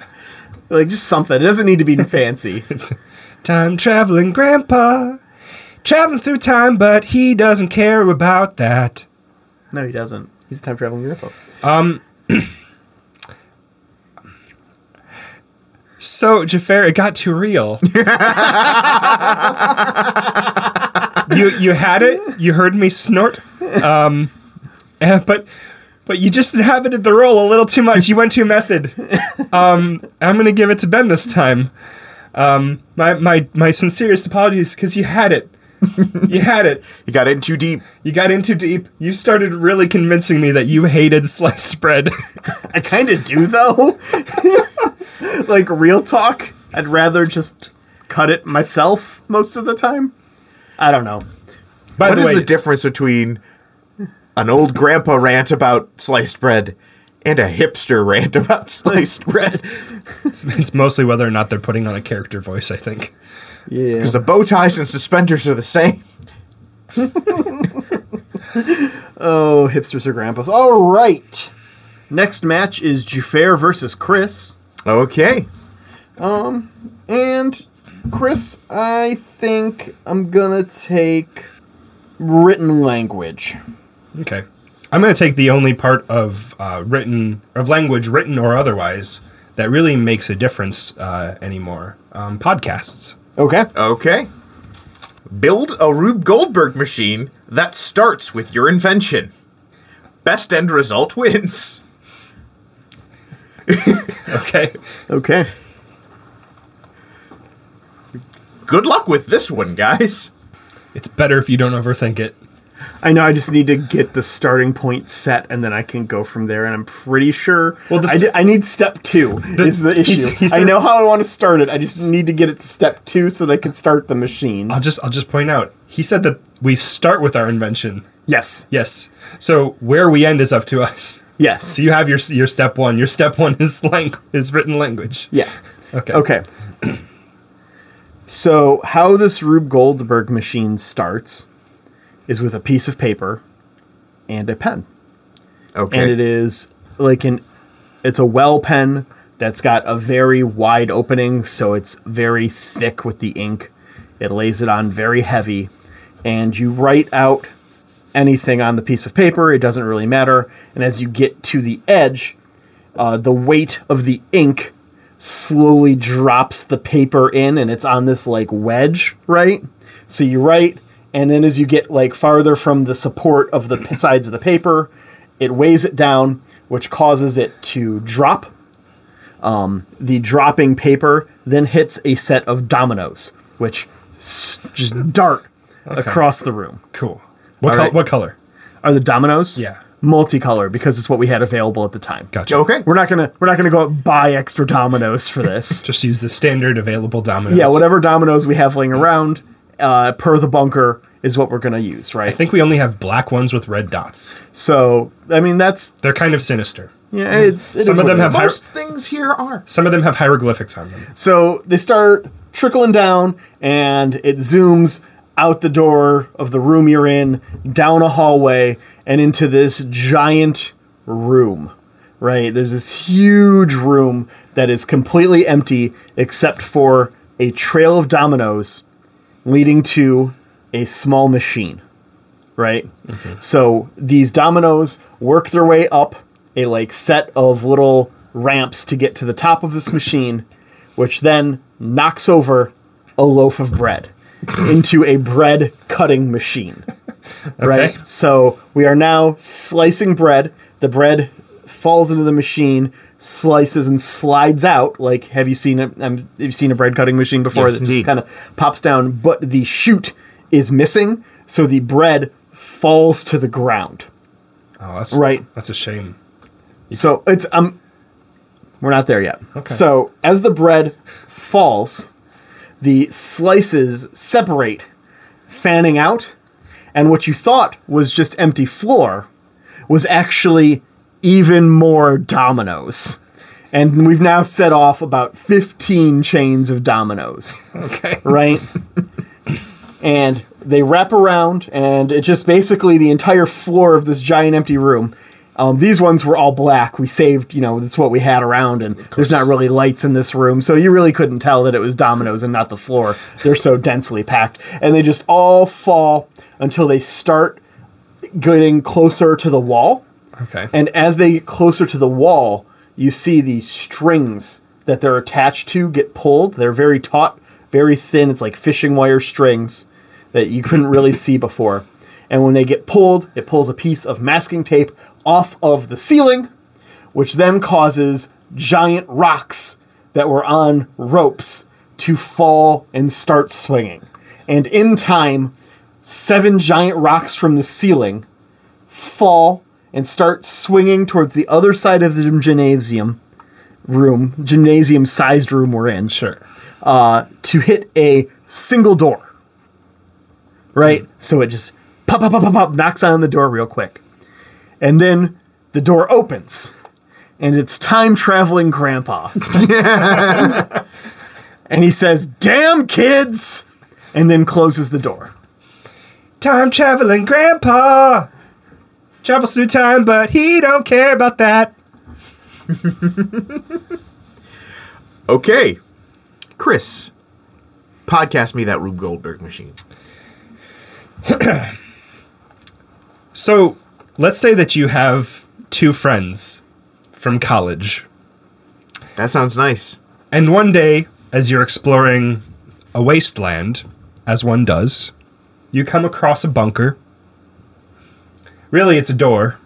[SPEAKER 5] Like just something. It doesn't need to be fancy.
[SPEAKER 2] Time traveling grandpa, traveling through time, but he doesn't care about that.
[SPEAKER 5] no, he doesn't. He's a time traveling grandpa.
[SPEAKER 2] So Jafar, it got too real. you you had it. You heard me snort. Um, eh, but but you just inhabited the role a little too much. You went too method. Um, I'm gonna give it to Ben this time. Um, my my my sincerest apologies because you had it. You had it.
[SPEAKER 3] You got in too deep.
[SPEAKER 2] You got in too deep. You started really convincing me that you hated sliced bread.
[SPEAKER 5] I kind of do though. like real talk, I'd rather just cut it myself most of the time. I don't know.
[SPEAKER 2] By
[SPEAKER 3] What
[SPEAKER 2] the
[SPEAKER 3] is
[SPEAKER 2] way,
[SPEAKER 3] the difference between an old grandpa rant about sliced bread and a hipster rant about sliced bread?
[SPEAKER 2] it's mostly whether or not they're putting on a character voice, I think.
[SPEAKER 5] Yeah.
[SPEAKER 3] Because the bow ties and suspenders are the same.
[SPEAKER 5] Oh, hipsters or grandpas. All right. Next match is Jufair versus Chris.
[SPEAKER 3] Okay.
[SPEAKER 5] And Chris, I think I'm gonna take written language.
[SPEAKER 2] Okay. I'm going to take the only part of uh, written of language, written or otherwise, that really makes a difference uh, anymore. Um, podcasts.
[SPEAKER 5] Okay.
[SPEAKER 3] Okay. Build a Rube Goldberg machine that starts with your invention. Best end result wins.
[SPEAKER 2] Okay.
[SPEAKER 5] Okay.
[SPEAKER 3] Good luck with this one, guys.
[SPEAKER 2] It's better if you don't overthink it.
[SPEAKER 5] I know I just need to get the starting point set and then I can go from there and I'm pretty sure
[SPEAKER 2] Well, this-
[SPEAKER 5] I, di- I need step 2 is the
[SPEAKER 2] he's-
[SPEAKER 5] issue.
[SPEAKER 2] he's-
[SPEAKER 5] I know how I want to start it. I just need to get it to step 2 so that I can start the machine.
[SPEAKER 2] I'll just I'll just point out. He said that we start with our invention.
[SPEAKER 5] yes.
[SPEAKER 2] Yes. So where we end is up to us.
[SPEAKER 5] Yes.
[SPEAKER 2] So you have your your step one. Your step one is lang- is written language.
[SPEAKER 5] Yeah.
[SPEAKER 2] Okay.
[SPEAKER 5] Okay. so, how this Rube Goldberg machine starts is with a piece of paper and a pen.
[SPEAKER 3] Okay.
[SPEAKER 5] And it is like an it's a well pen that's got a very wide opening, so it's very thick with the ink. It lays it on very heavy and you write out anything on the piece of paper, it doesn't really matter. And as you get to the edge, uh, the weight of the ink slowly drops the paper in and it's on this like wedge, right? So you write, and then as you get like farther from the support of the p- sides of the paper, it weighs it down, which causes it to drop. Um, the dropping paper then hits a set of dominoes, which s- just dart across the room.
[SPEAKER 2] Cool. What
[SPEAKER 5] All
[SPEAKER 2] col-
[SPEAKER 5] right.
[SPEAKER 2] what color?
[SPEAKER 5] Are the dominoes?
[SPEAKER 2] Yeah.
[SPEAKER 5] Multicolor because it's what we had available at the time.
[SPEAKER 2] Gotcha.
[SPEAKER 3] okay.
[SPEAKER 5] We're not gonna we're not gonna go out and buy extra dominoes for this.
[SPEAKER 2] Just use the standard available dominoes.
[SPEAKER 5] yeah, whatever dominoes we have laying around, uh, per the bunker is what we're gonna use, right?
[SPEAKER 2] I think we only have black ones with red dots.
[SPEAKER 5] so. I mean, that's
[SPEAKER 2] They're kind of sinister.
[SPEAKER 5] yeah. It's it
[SPEAKER 2] Hmm. Some
[SPEAKER 5] is
[SPEAKER 2] of
[SPEAKER 5] what
[SPEAKER 2] them
[SPEAKER 5] it
[SPEAKER 2] have
[SPEAKER 5] is.
[SPEAKER 2] high-
[SPEAKER 3] Most things here are.
[SPEAKER 2] Some of them have hieroglyphics on them.
[SPEAKER 5] so they start trickling down, and it zooms out the door of the room you're in, down a hallway, and into this giant room. Right there's this huge room that is completely empty except for a trail of dominoes leading to a small machine, right? So these dominoes work their way up a like set of little ramps to get to the top of this machine, which then knocks over a loaf of bread into a bread cutting machine.
[SPEAKER 2] Okay.
[SPEAKER 5] Right? So we are now slicing bread. The bread falls into the machine, slices and slides out. Like have you seen a um, have you seen a bread cutting machine before
[SPEAKER 3] Yes,
[SPEAKER 5] that just
[SPEAKER 3] indeed.
[SPEAKER 5] kind of pops down, but the chute is missing, so the bread falls to the ground.
[SPEAKER 2] Oh, that's
[SPEAKER 5] Right.
[SPEAKER 2] That's a shame.
[SPEAKER 5] So it's um, we're not there yet.
[SPEAKER 2] Okay.
[SPEAKER 5] So as the bread falls, the slices separate, fanning out, and what you thought was just empty floor was actually even more dominoes. And we've now set off about 15 chains of dominoes
[SPEAKER 2] Okay.
[SPEAKER 5] right? and they wrap around, and it just basically the entire floor of this giant empty room. Um, these ones were all black. We saved, you know, that's what we had around, and there's not really lights in this room, so you really couldn't tell that it was dominoes and not the floor. They're so densely packed. And they just all fall until they start getting closer to the wall.
[SPEAKER 2] Okay.
[SPEAKER 5] And as they get closer to the wall, you see the strings that they're attached to get pulled. They're very taut, very thin. It's like fishing wire strings that you couldn't really see before. And when they get pulled, it pulls a piece of masking tape off of the ceiling, which then causes giant rocks that were on ropes to fall and start swinging. And in time, seven giant rocks from the ceiling fall and start swinging towards the other side of the gymnasium room, gymnasium sized room we're in,
[SPEAKER 2] Sure.
[SPEAKER 5] to hit a single door. Right? So it just pop, pop, pop, pop, pop, knocks on the door real quick. And then the door opens. And it's time traveling grandpa. and he says, Damn kids! And then closes the door.
[SPEAKER 2] Time traveling grandpa travels through time, but he don't care about that.
[SPEAKER 3] Okay, Chris, podcast me that Rube Goldberg machine.
[SPEAKER 2] So let's say that you have two friends from college
[SPEAKER 3] That sounds nice.
[SPEAKER 2] And one day, as you're exploring a wasteland, as one does, you come across a bunker. Really, it's a door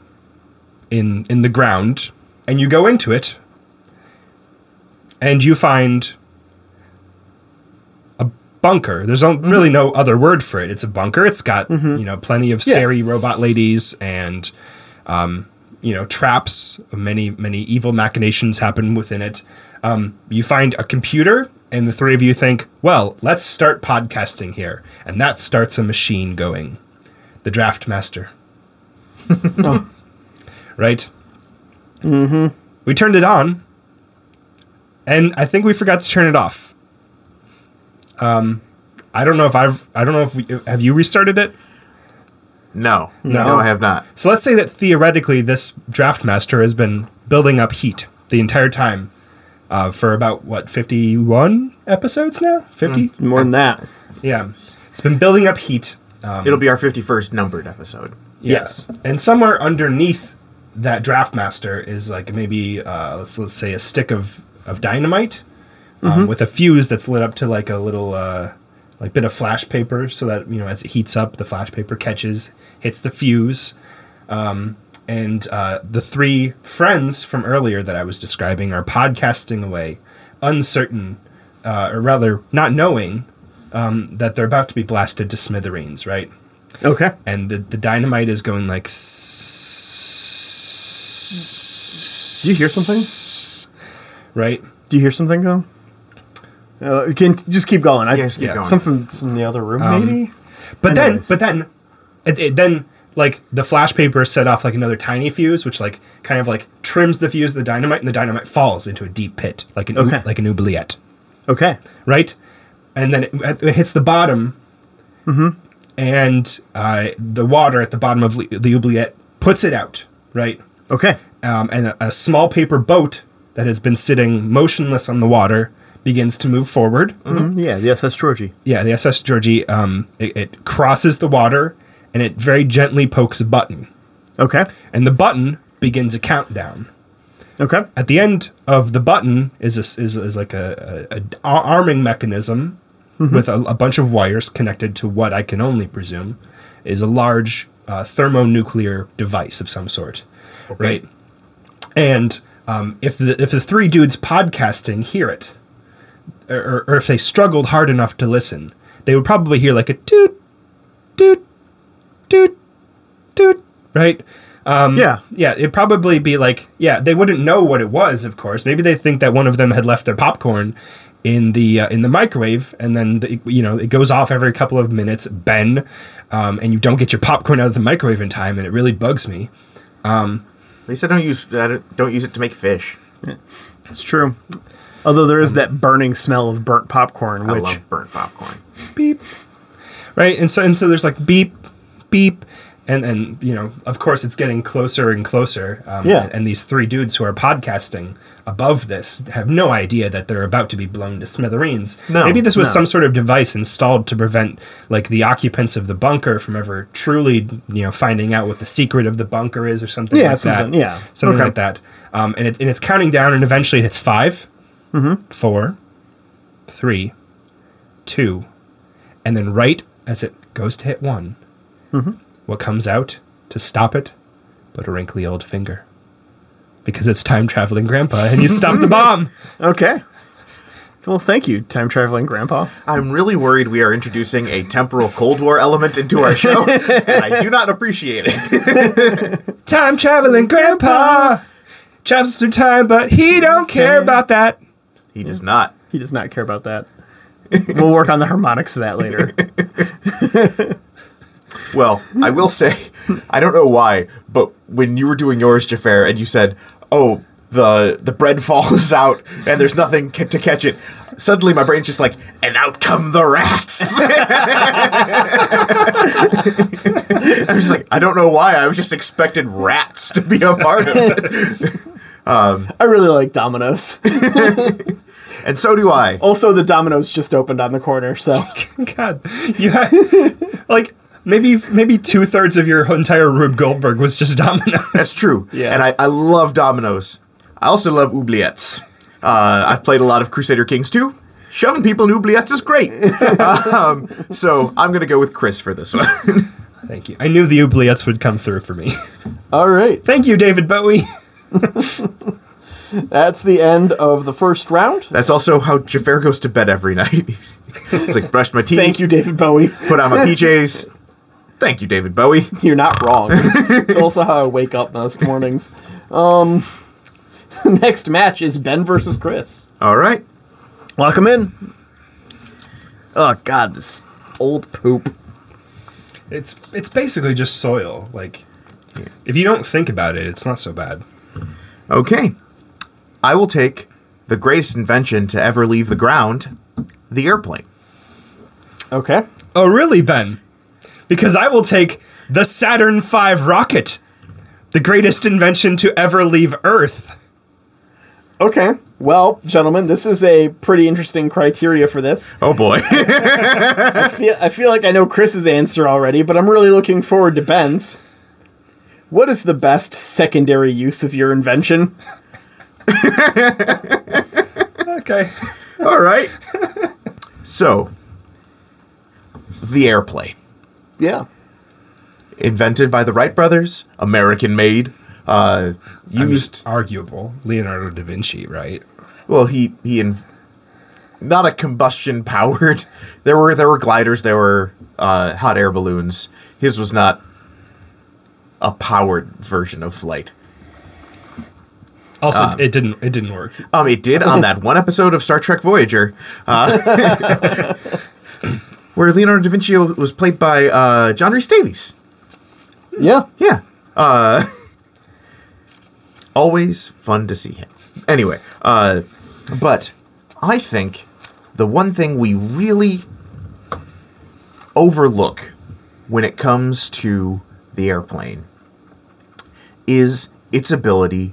[SPEAKER 2] in in the ground, and you go into it, and you find a bunker. There's no, really no other word for it. It's a bunker. It's got you know plenty of
[SPEAKER 5] Yeah.
[SPEAKER 2] scary robot ladies and you know traps many many evil machinations happen within it um, you find a computer and the three of you think well let's start podcasting here and that starts a machine going the draft master right mm-hmm. we turned it on and i think we forgot to turn it off um, i don't know if i've i don't know if we, have you restarted it
[SPEAKER 3] No,
[SPEAKER 2] No.
[SPEAKER 3] no, I have not.
[SPEAKER 2] so let's say that theoretically, this draft master has been building up heat the entire time uh, for about what fifty-one episodes now? Fifty?
[SPEAKER 5] More than that.
[SPEAKER 2] Yeah, it's been building up heat.
[SPEAKER 3] It'll be our fifty-first numbered episode.
[SPEAKER 5] Yes.
[SPEAKER 2] Yeah. and somewhere underneath that draft master is like maybe uh, let's let's say a stick of of dynamite um, with a fuse that's lit up to like a little uh, like bit of flash paper, so that you know as it heats up, the flash paper catches, hits the fuse, um, and uh, the three friends from earlier that I was describing are podcasting away, uncertain, uh, or rather not knowing um, that they're about to be blasted to smithereens, right?
[SPEAKER 5] Okay.
[SPEAKER 2] and the, the dynamite is going like.
[SPEAKER 5] Do you hear something?
[SPEAKER 2] Right.
[SPEAKER 5] Do you hear something go? Uh, you can just keep going. I,
[SPEAKER 3] Yeah, just keep
[SPEAKER 2] Yeah.
[SPEAKER 3] going.
[SPEAKER 5] Something's in the other room, maybe.
[SPEAKER 2] But
[SPEAKER 5] Anyways.
[SPEAKER 2] then, but then, it, it- then like the flash paper set off like another tiny fuse, which like kind of like trims the fuse of the dynamite, and the dynamite falls into a deep pit, like an ou-
[SPEAKER 5] Okay.
[SPEAKER 2] like an oubliette,
[SPEAKER 5] Okay.
[SPEAKER 2] right? And then it, it hits the bottom,
[SPEAKER 5] Mm-hmm.
[SPEAKER 2] and uh, the water at the bottom of le- the oubliette puts it out, right?
[SPEAKER 5] Okay.
[SPEAKER 2] um, and a, a small paper boat that has been sitting motionless on the water begins to move forward.
[SPEAKER 5] Mm-hmm. Yeah. Yes, that's Georgie.
[SPEAKER 2] Yeah, the SS Georgie um, it, it crosses the water and it very gently pokes a button,
[SPEAKER 5] Okay.
[SPEAKER 2] and the button begins a countdown.
[SPEAKER 5] Okay.
[SPEAKER 2] At the end of the button is a s is, is like a, a, a d- ar- arming mechanism with a, a bunch of wires connected to what I can only presume is a large uh, thermonuclear device of some sort, right? And um, if the if the three dudes podcasting hear it, or, or- or if they struggled hard enough to listen, they would probably hear like a doot, doot, doot, doot, right?
[SPEAKER 5] yeah.
[SPEAKER 2] Yeah, it'd probably be like, yeah, they wouldn't know what it was, of course. Maybe they think that one of them had left their popcorn in the uh, in the microwave, and then the, you know it goes off every couple of minutes, Ben, um, and you don't get your popcorn out of the microwave in time, and it really bugs me.
[SPEAKER 3] At least I don't use I don't- don't use it to make fish.
[SPEAKER 5] It's true. Although there is that burning smell of burnt popcorn,
[SPEAKER 3] I
[SPEAKER 5] which
[SPEAKER 3] love burnt popcorn.
[SPEAKER 2] beep, right? And so and so there's like beep, beep, and and you know of course it's getting closer and closer. Um,
[SPEAKER 5] Yeah.
[SPEAKER 2] And, these three dudes who are podcasting above this have no idea that they're about to be blown to smithereens.
[SPEAKER 3] No,
[SPEAKER 2] Maybe this was
[SPEAKER 3] no.
[SPEAKER 2] some sort of device installed to prevent like the occupants of the bunker from ever truly you know finding out what the secret of the bunker is or something.
[SPEAKER 5] Yeah,
[SPEAKER 2] like
[SPEAKER 5] something,
[SPEAKER 2] That.
[SPEAKER 5] yeah.
[SPEAKER 2] Something
[SPEAKER 5] Okay.
[SPEAKER 2] like that. Um, and it, and it's counting down, and eventually it hits 5
[SPEAKER 5] Mm-hmm.
[SPEAKER 2] four, three, two, and then right as it goes to hit one,
[SPEAKER 5] Mm-hmm.
[SPEAKER 2] what comes out to stop it but a wrinkly old finger. Because it's time traveling grandpa and you stop the bomb.
[SPEAKER 5] okay. Well, thank you, time traveling grandpa.
[SPEAKER 3] I'm really worried we are introducing a temporal Cold War element into our show, and I do not appreciate it.
[SPEAKER 2] Time traveling grandpa travels through time, but he don't care about that.
[SPEAKER 3] He does not.
[SPEAKER 5] He does not care about that. we'll work on the harmonics of that later.
[SPEAKER 3] Well, I will say, I don't know why, but when you were doing yours, Jafar, and you said, "Oh, the the bread falls out, and there's nothing ca- to catch it," suddenly my brain's just like, "And out come the rats." I was just like, I don't know why. I was just expected rats to be a part of it,
[SPEAKER 5] I really like Domino's.
[SPEAKER 3] and so do I.
[SPEAKER 5] Also, the Domino's just opened on the corner, so
[SPEAKER 2] God, you had, like maybe maybe two thirds of your entire Rube Goldberg was just Domino's.
[SPEAKER 3] That's true.
[SPEAKER 5] Yeah.
[SPEAKER 3] And I, I love Dominoes. I also love oubliettes. Uh, I've played a lot of Crusader Kings too. Shoving people in oubliettes is great. um, so I'm going to go with Chris for this one.
[SPEAKER 2] Thank you. I knew the oubliettes would come through for me.
[SPEAKER 5] all right.
[SPEAKER 2] Thank you, David Bowie.
[SPEAKER 5] That's the end of the first round.
[SPEAKER 3] That's also how Jafar goes to bed every night. It's like, brushed my teeth,
[SPEAKER 5] Thank you, David Bowie.
[SPEAKER 3] put on my PJs. Thank you, David Bowie.
[SPEAKER 5] You're not wrong. it's also how I wake up most mornings. Um, next match is Ben versus Chris.
[SPEAKER 3] All right.
[SPEAKER 5] Lock him in. Oh God, this old poop.
[SPEAKER 2] It's it's basically just soil. Like if you don't think about it, it's not so bad.
[SPEAKER 3] Okay. I will take the greatest invention to ever leave the ground the airplane.
[SPEAKER 5] Okay.
[SPEAKER 2] Oh, really, Ben? Because I will take the Saturn V rocket, the greatest invention to ever leave Earth.
[SPEAKER 5] Okay. Well, gentlemen, this is a pretty interesting criteria for this.
[SPEAKER 3] Oh, boy.
[SPEAKER 5] I feel, I feel like I know Chris's answer already, but I'm really looking forward to Ben's. What is the best secondary use of your invention?
[SPEAKER 2] Okay.
[SPEAKER 3] All right. so, the airplane,
[SPEAKER 5] Yeah.
[SPEAKER 3] invented by the Wright brothers, American made, uh, used.
[SPEAKER 2] Arguable. Leonardo da Vinci, right?
[SPEAKER 3] well, he he in, not a combustion powered. There were there were gliders. There were uh, hot air balloons. His was not a powered version of flight.
[SPEAKER 2] Also, it didn't it didn't work.
[SPEAKER 3] Um, it did on that one episode of Star Trek Voyager, uh, where Leonardo da Vinci was played by uh, John Rhys Davies.
[SPEAKER 5] Yeah.
[SPEAKER 3] Yeah. Uh, always fun to see him. Anyway, uh, but I think the one thing we really overlook when it comes to the airplane is its ability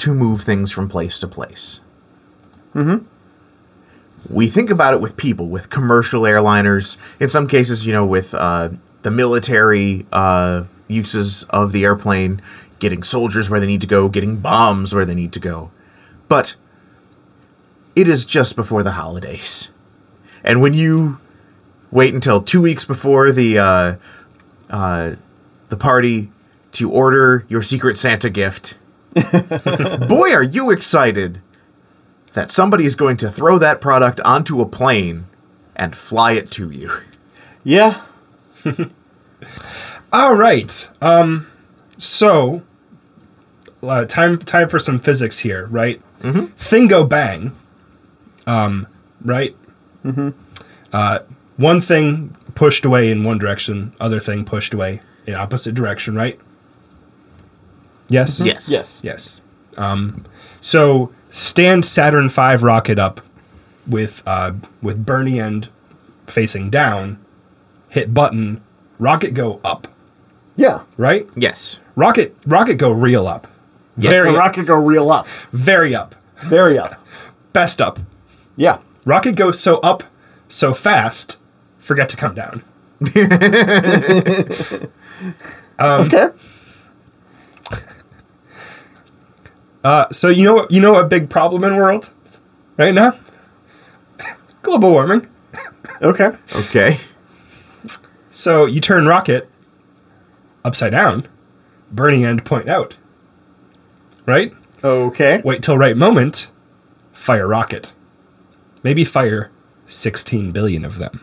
[SPEAKER 3] to move things from place to place. We think about it with people, with commercial airliners, in some cases, you know, with uh, the military uh, uses of the airplane, getting soldiers where they need to go, getting bombs where they need to go. But it is just before the holidays. And when you wait until two weeks before the uh, uh, the party to order your secret Santa gift, boy, are you excited that somebody is going to throw that product onto a plane and fly it to you.
[SPEAKER 5] Yeah.
[SPEAKER 2] All right. Um, so uh, time time for some physics here, right? Mm-hmm. Thingo bang. Um, right. Mm-hmm. Uh, one thing pushed away in one direction, other thing pushed away in opposite direction, right? Hmm. Yes.
[SPEAKER 3] Yes.
[SPEAKER 5] Yes.
[SPEAKER 2] Yes. Um, so stand Saturn V rocket up with uh, with Bernie end facing down, hit button, rocket go up,
[SPEAKER 5] Yeah.
[SPEAKER 2] right?
[SPEAKER 3] Yes.
[SPEAKER 2] Rocket rocket go real up.
[SPEAKER 3] Yes.
[SPEAKER 5] The
[SPEAKER 2] Very up,
[SPEAKER 5] rock could go real up.
[SPEAKER 2] very up.
[SPEAKER 5] Very up.
[SPEAKER 2] Best up.
[SPEAKER 5] Yeah.
[SPEAKER 2] Rocket goes so up so fast, forget to come down. Hmm.
[SPEAKER 5] okay.
[SPEAKER 2] Uh, so you know what you know a big problem in world right now? Global warming.
[SPEAKER 5] Okay.
[SPEAKER 3] Okay.
[SPEAKER 2] So you turn rocket upside down, burning end point out. Right?
[SPEAKER 5] Okay.
[SPEAKER 2] Wait till right moment, fire rocket. Maybe fire 16 billion of them.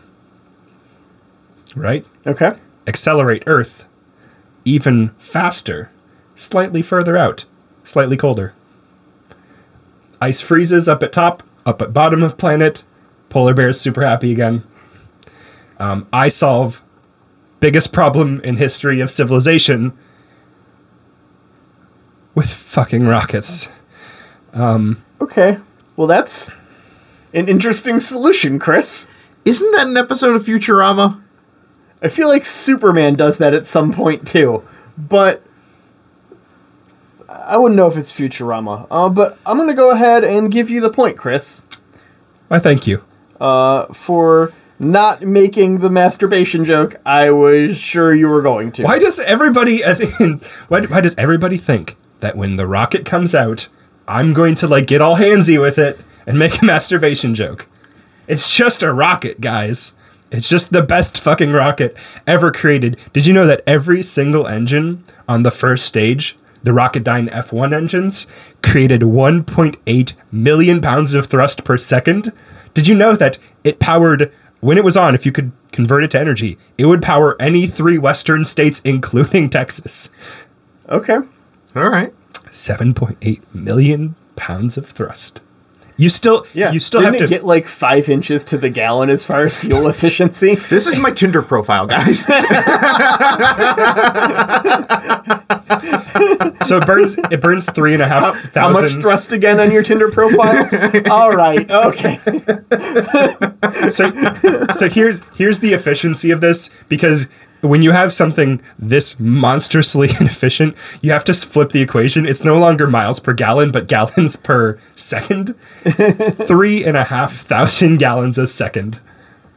[SPEAKER 2] Right?
[SPEAKER 5] Okay.
[SPEAKER 2] Accelerate Earth even faster, slightly further out, slightly colder. Ice freezes up at top, up at bottom of planet. Polar bear's super happy again. Um, I solve biggest problem in history of civilization with fucking rockets.
[SPEAKER 5] Okay. Well, that's an interesting solution, Chris.
[SPEAKER 3] Isn't that an episode of Futurama?
[SPEAKER 5] I feel like Superman does that at some point too, but I wouldn't know if it's Futurama. Uh, but I'm gonna go ahead and give you the point, Chris,
[SPEAKER 2] I thank you.
[SPEAKER 5] for not making the masturbation joke I was sure you were going to.
[SPEAKER 2] Why does everybody? I think- Why, why does everybody think that when the rocket comes out, I'm going to like get all handsy with it and make a masturbation joke? It's just a rocket, guys. It's just the best fucking rocket ever created. Did you know that every single engine on the first stage, the Rocketdyne F1 engines, created 1.8 million pounds of thrust per second? Did you know that it powered, when it was on, if you could convert it to energy, it would power any three Western states, including Texas?
[SPEAKER 5] Okay.
[SPEAKER 3] All right.
[SPEAKER 2] 7.8 million pounds of thrust. You still,
[SPEAKER 5] Yeah.
[SPEAKER 2] you still
[SPEAKER 5] Didn't
[SPEAKER 2] have to
[SPEAKER 5] it get like five inches to the gallon as far as fuel efficiency.
[SPEAKER 3] This is my Tinder profile, guys.
[SPEAKER 2] So it burns. It burns three and a half thousand.
[SPEAKER 5] How much thrust again on your Tinder profile? All right. Okay.
[SPEAKER 2] so, so here's here's the efficiency of this because when you have something this monstrously inefficient, you have to s- flip the equation. It's no longer miles per gallon, but gallons per second. three and a half thousand gallons a second.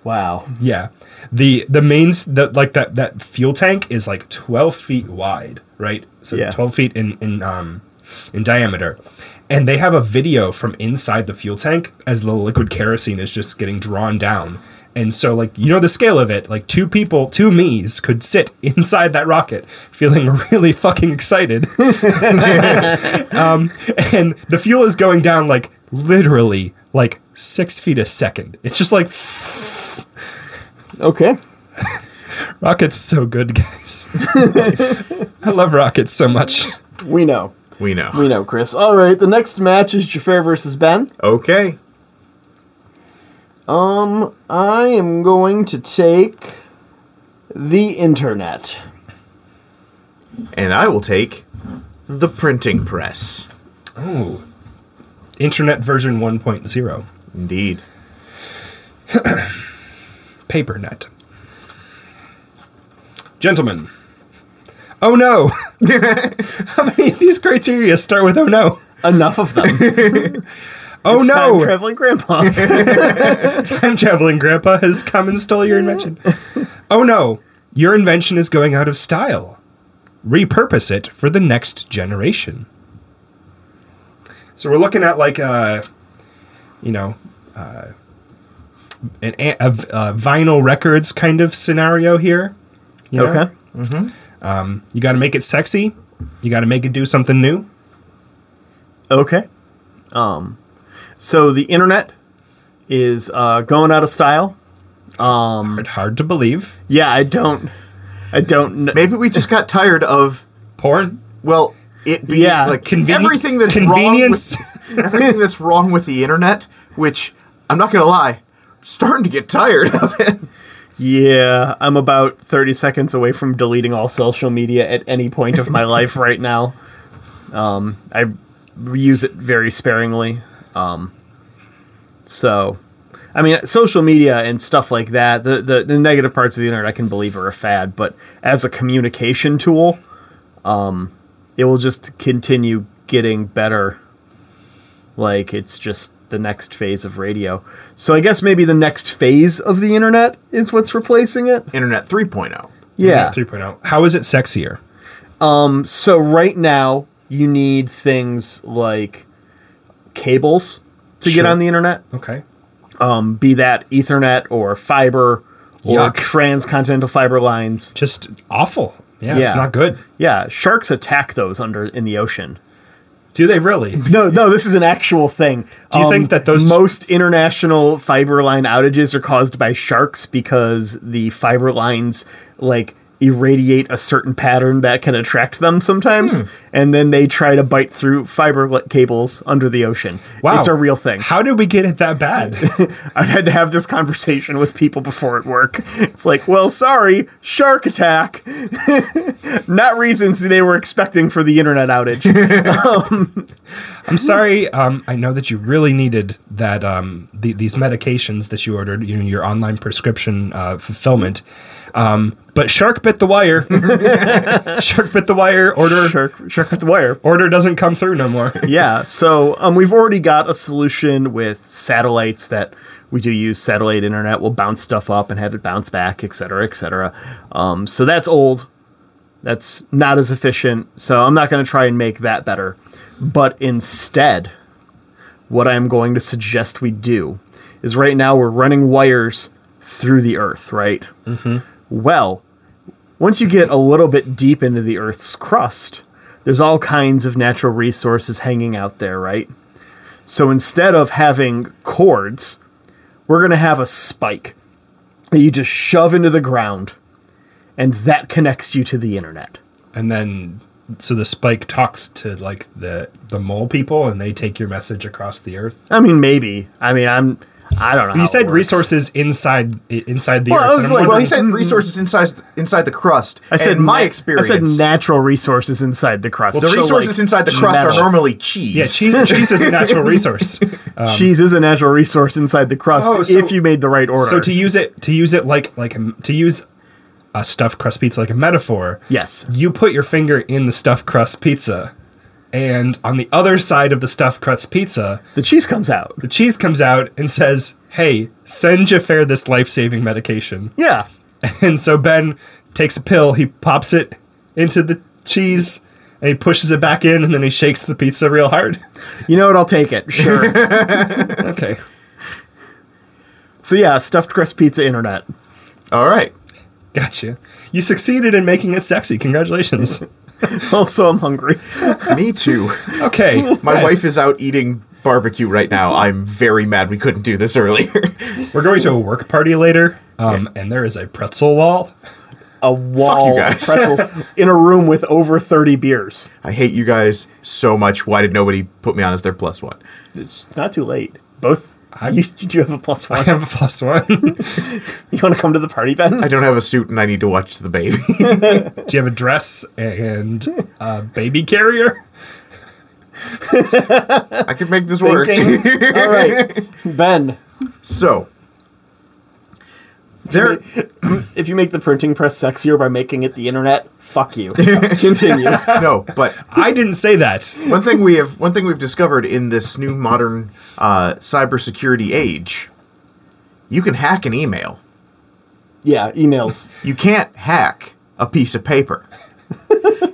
[SPEAKER 5] Wow.
[SPEAKER 2] Yeah. The the mains the like that that fuel tank is like twelve feet wide, right? So
[SPEAKER 5] Yeah.
[SPEAKER 2] twelve feet in in um in diameter. And they have a video from inside the fuel tank as the liquid kerosene is just getting drawn down. And so like you know the scale of it, like two people, two me's could sit inside that rocket feeling really fucking excited. Um, and the fuel is going down like literally like six feet a second. It's just like
[SPEAKER 5] Okay.
[SPEAKER 2] Rocket's so good, guys. I love Rockets so much.
[SPEAKER 5] We know.
[SPEAKER 3] we
[SPEAKER 5] We
[SPEAKER 3] know.
[SPEAKER 5] know, Chris. All right. The next match is Jafar versus Ben.
[SPEAKER 3] Okay.
[SPEAKER 5] I am going to take the internet.
[SPEAKER 3] And I will take the printing press.
[SPEAKER 2] Ooh. Internet version 1.0.
[SPEAKER 3] Indeed.
[SPEAKER 2] Papernet. Gentlemen. Oh no! How many of these criteria start with oh no?
[SPEAKER 5] Enough of them.
[SPEAKER 2] Oh no!
[SPEAKER 5] Time traveling grandpa.
[SPEAKER 2] Time traveling grandpa has come and stole your invention. oh no, your invention is going out of style. Repurpose it for the next generation. So we're looking at like a, you know, uh, an a, a, a vinyl records kind of scenario here. you know?
[SPEAKER 5] okay.
[SPEAKER 2] You got to make it sexy. You got to make it do something new.
[SPEAKER 5] Okay. Um, so the internet is uh, going out of style.
[SPEAKER 2] Hard, hard to believe.
[SPEAKER 5] Yeah, I don't. I don't. Kn-
[SPEAKER 3] Maybe we just got tired of
[SPEAKER 2] Porn.
[SPEAKER 3] well, it being
[SPEAKER 5] Yeah,
[SPEAKER 3] like
[SPEAKER 2] conveni-
[SPEAKER 3] everything that's
[SPEAKER 2] convenience.
[SPEAKER 3] wrong with, everything that's wrong with the internet, which I'm not gonna lie, I'm starting to get tired of it.
[SPEAKER 5] yeah, I'm about 30 seconds away from deleting all social media at any point of my life right now. Um, I use it very sparingly. Um, so, I mean, social media and stuff like that, the, the, the negative parts of the internet I can believe are a fad, but as a communication tool, um, it will just continue getting better. Like, it's just the next phase of radio. So, I guess maybe the next phase of the internet is what's replacing it.
[SPEAKER 3] Internet oh. 3.0.
[SPEAKER 5] Yeah.
[SPEAKER 2] 3.0. oh. How is it sexier?
[SPEAKER 5] So right now, you need things like cables to
[SPEAKER 2] Sure.
[SPEAKER 5] get on the internet,
[SPEAKER 2] Okay.
[SPEAKER 5] um, be that Ethernet or fiber or
[SPEAKER 2] Yuck.
[SPEAKER 5] transcontinental fiber lines.
[SPEAKER 2] Just awful. yeah. it's
[SPEAKER 5] Yeah.
[SPEAKER 2] not good.
[SPEAKER 5] Yeah, sharks attack those under in the ocean,
[SPEAKER 2] Do they really?
[SPEAKER 5] No, no, this is an actual thing. Do
[SPEAKER 2] you think that those-
[SPEAKER 5] most international fiber line outages are caused by sharks because the fiber lines like irradiate a certain pattern that can attract them
[SPEAKER 2] Hmm.
[SPEAKER 5] sometimes, and then they try to bite through fiber li- cables under the ocean.
[SPEAKER 2] Wow.
[SPEAKER 5] it's a real thing.
[SPEAKER 2] How did we get it that bad?
[SPEAKER 5] I've had to have this conversation with people before at work. It's like, well, sorry, shark attack. Not reasons they were expecting for the internet outage.
[SPEAKER 2] I'm sorry. Um, I know that you really needed that um, the, these medications that you ordered, you know, your online prescription uh, fulfillment. Um, but shark bit the wire. shark bit the wire. Order
[SPEAKER 5] shark, shark with the wire.
[SPEAKER 2] order doesn't come through no more.
[SPEAKER 5] yeah. So um, we've already got a solution with satellites that we do use satellite internet. We'll bounce stuff up and have it bounce back, et cetera, et cetera. Um, so that's old. That's not as efficient. So I'm not going to try and make that better. But instead, what I'm going to suggest we do is right now we're running wires through the earth, right? Mm-hmm. Well, once you get a little bit deep into the Earth's crust, there's all kinds of natural resources hanging out there, right? So instead of having cords, we're going to have a spike that you just shove into the ground, and that connects you to the internet.
[SPEAKER 2] And then so the spike talks to like the the mole people, and they take your message across the earth.
[SPEAKER 5] I mean, maybe. I mean, I'm. I don't know. how
[SPEAKER 2] You
[SPEAKER 5] it
[SPEAKER 2] said
[SPEAKER 5] works.
[SPEAKER 2] resources inside i- inside the
[SPEAKER 5] Well, I
[SPEAKER 2] earth.
[SPEAKER 5] was
[SPEAKER 2] and I'm
[SPEAKER 5] like,
[SPEAKER 3] Well,
[SPEAKER 2] wondering-
[SPEAKER 3] he said resources inside inside the crust.
[SPEAKER 5] Mm-hmm. I said
[SPEAKER 3] And my
[SPEAKER 5] na-
[SPEAKER 3] experience.
[SPEAKER 5] I said natural resources inside the crust. So,
[SPEAKER 3] the
[SPEAKER 5] like,
[SPEAKER 3] resources inside the crust
[SPEAKER 5] metals.
[SPEAKER 3] are normally cheese.
[SPEAKER 2] yeah, cheese, cheese is a natural resource.
[SPEAKER 5] cheese is a natural resource inside the crust
[SPEAKER 2] Oh, so-
[SPEAKER 5] if you made the right order.
[SPEAKER 2] So to use it, to use it like like a- to use a stuffed crust pizza like a metaphor.
[SPEAKER 5] Yes.
[SPEAKER 2] You put your finger in the stuffed crust pizza, and on the other side of the stuffed crust pizza,
[SPEAKER 5] the cheese comes out.
[SPEAKER 2] the cheese comes out and says, "Hey, send Jafar this life saving medication."
[SPEAKER 5] Yeah.
[SPEAKER 2] And so Ben takes a pill, he pops it into the cheese, and he pushes it back in, and then he shakes the pizza real hard.
[SPEAKER 5] You know what? I'll take it. Sure.
[SPEAKER 2] Okay.
[SPEAKER 5] So yeah, stuffed crust pizza internet.
[SPEAKER 3] All right.
[SPEAKER 2] Gotcha. You succeeded in making it sexy. Congratulations.
[SPEAKER 5] Also, I'm hungry.
[SPEAKER 3] Me too.
[SPEAKER 2] Okay.
[SPEAKER 3] My
[SPEAKER 2] Ben.
[SPEAKER 3] wife is out eating barbecue right now. I'm very mad we couldn't do this earlier.
[SPEAKER 2] We're going to a work party later, um, and there is a pretzel wall.
[SPEAKER 5] A wall of
[SPEAKER 3] guys.
[SPEAKER 5] pretzels in a room with over 30 beers.
[SPEAKER 3] I hate you guys so much. Why did nobody put me on as their plus one?
[SPEAKER 5] It's not too late. Both. You, do you have a plus
[SPEAKER 2] I
[SPEAKER 5] one?
[SPEAKER 2] have a plus one. Do
[SPEAKER 5] You want to come to the party, Ben?
[SPEAKER 3] I don't have a suit and I need to watch the baby.
[SPEAKER 2] you have a dress and a baby carrier?
[SPEAKER 3] I can make this work.
[SPEAKER 5] Thinking. All right, Ben.
[SPEAKER 3] so, there.
[SPEAKER 5] If you make the printing press sexier by making it the internet, fuck you. Continue.
[SPEAKER 3] No, but
[SPEAKER 2] I didn't say that.
[SPEAKER 3] one thing we have one thing we've discovered in this new modern uh, cybersecurity age, you can hack an email.
[SPEAKER 5] Yeah, emails.
[SPEAKER 3] You can't hack a piece of paper.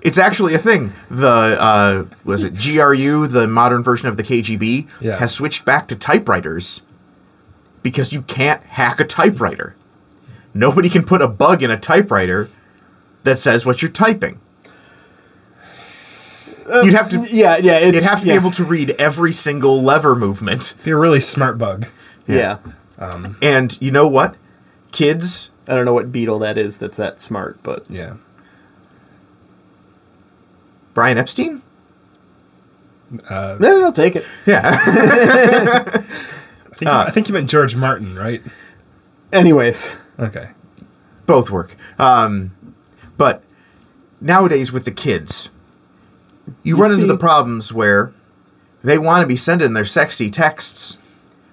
[SPEAKER 3] it's actually a thing. The uh, was it GRU, the modern version of the KGB,
[SPEAKER 2] Yeah.
[SPEAKER 3] has switched back to typewriters because you can't hack a typewriter. Nobody can put a bug in a typewriter that says what you're typing. You'd have to
[SPEAKER 5] Yeah, yeah. It's,
[SPEAKER 3] you'd have to
[SPEAKER 5] yeah,
[SPEAKER 3] be able to read every single lever movement.
[SPEAKER 2] Be a really smart bug.
[SPEAKER 5] Yeah.
[SPEAKER 3] And you know what? Kids
[SPEAKER 5] I don't know what beetle that is that's that smart, but
[SPEAKER 2] Yeah.
[SPEAKER 3] Brian Epstein?
[SPEAKER 2] Uh,
[SPEAKER 5] yeah, I'll take it.
[SPEAKER 3] Yeah.
[SPEAKER 2] I think, I think you meant George Martin, right?
[SPEAKER 5] Anyways.
[SPEAKER 2] Okay.
[SPEAKER 3] both work. Um, but nowadays with the kids, you, run into
[SPEAKER 5] see-
[SPEAKER 3] the problems where they want to be sending their sexy texts,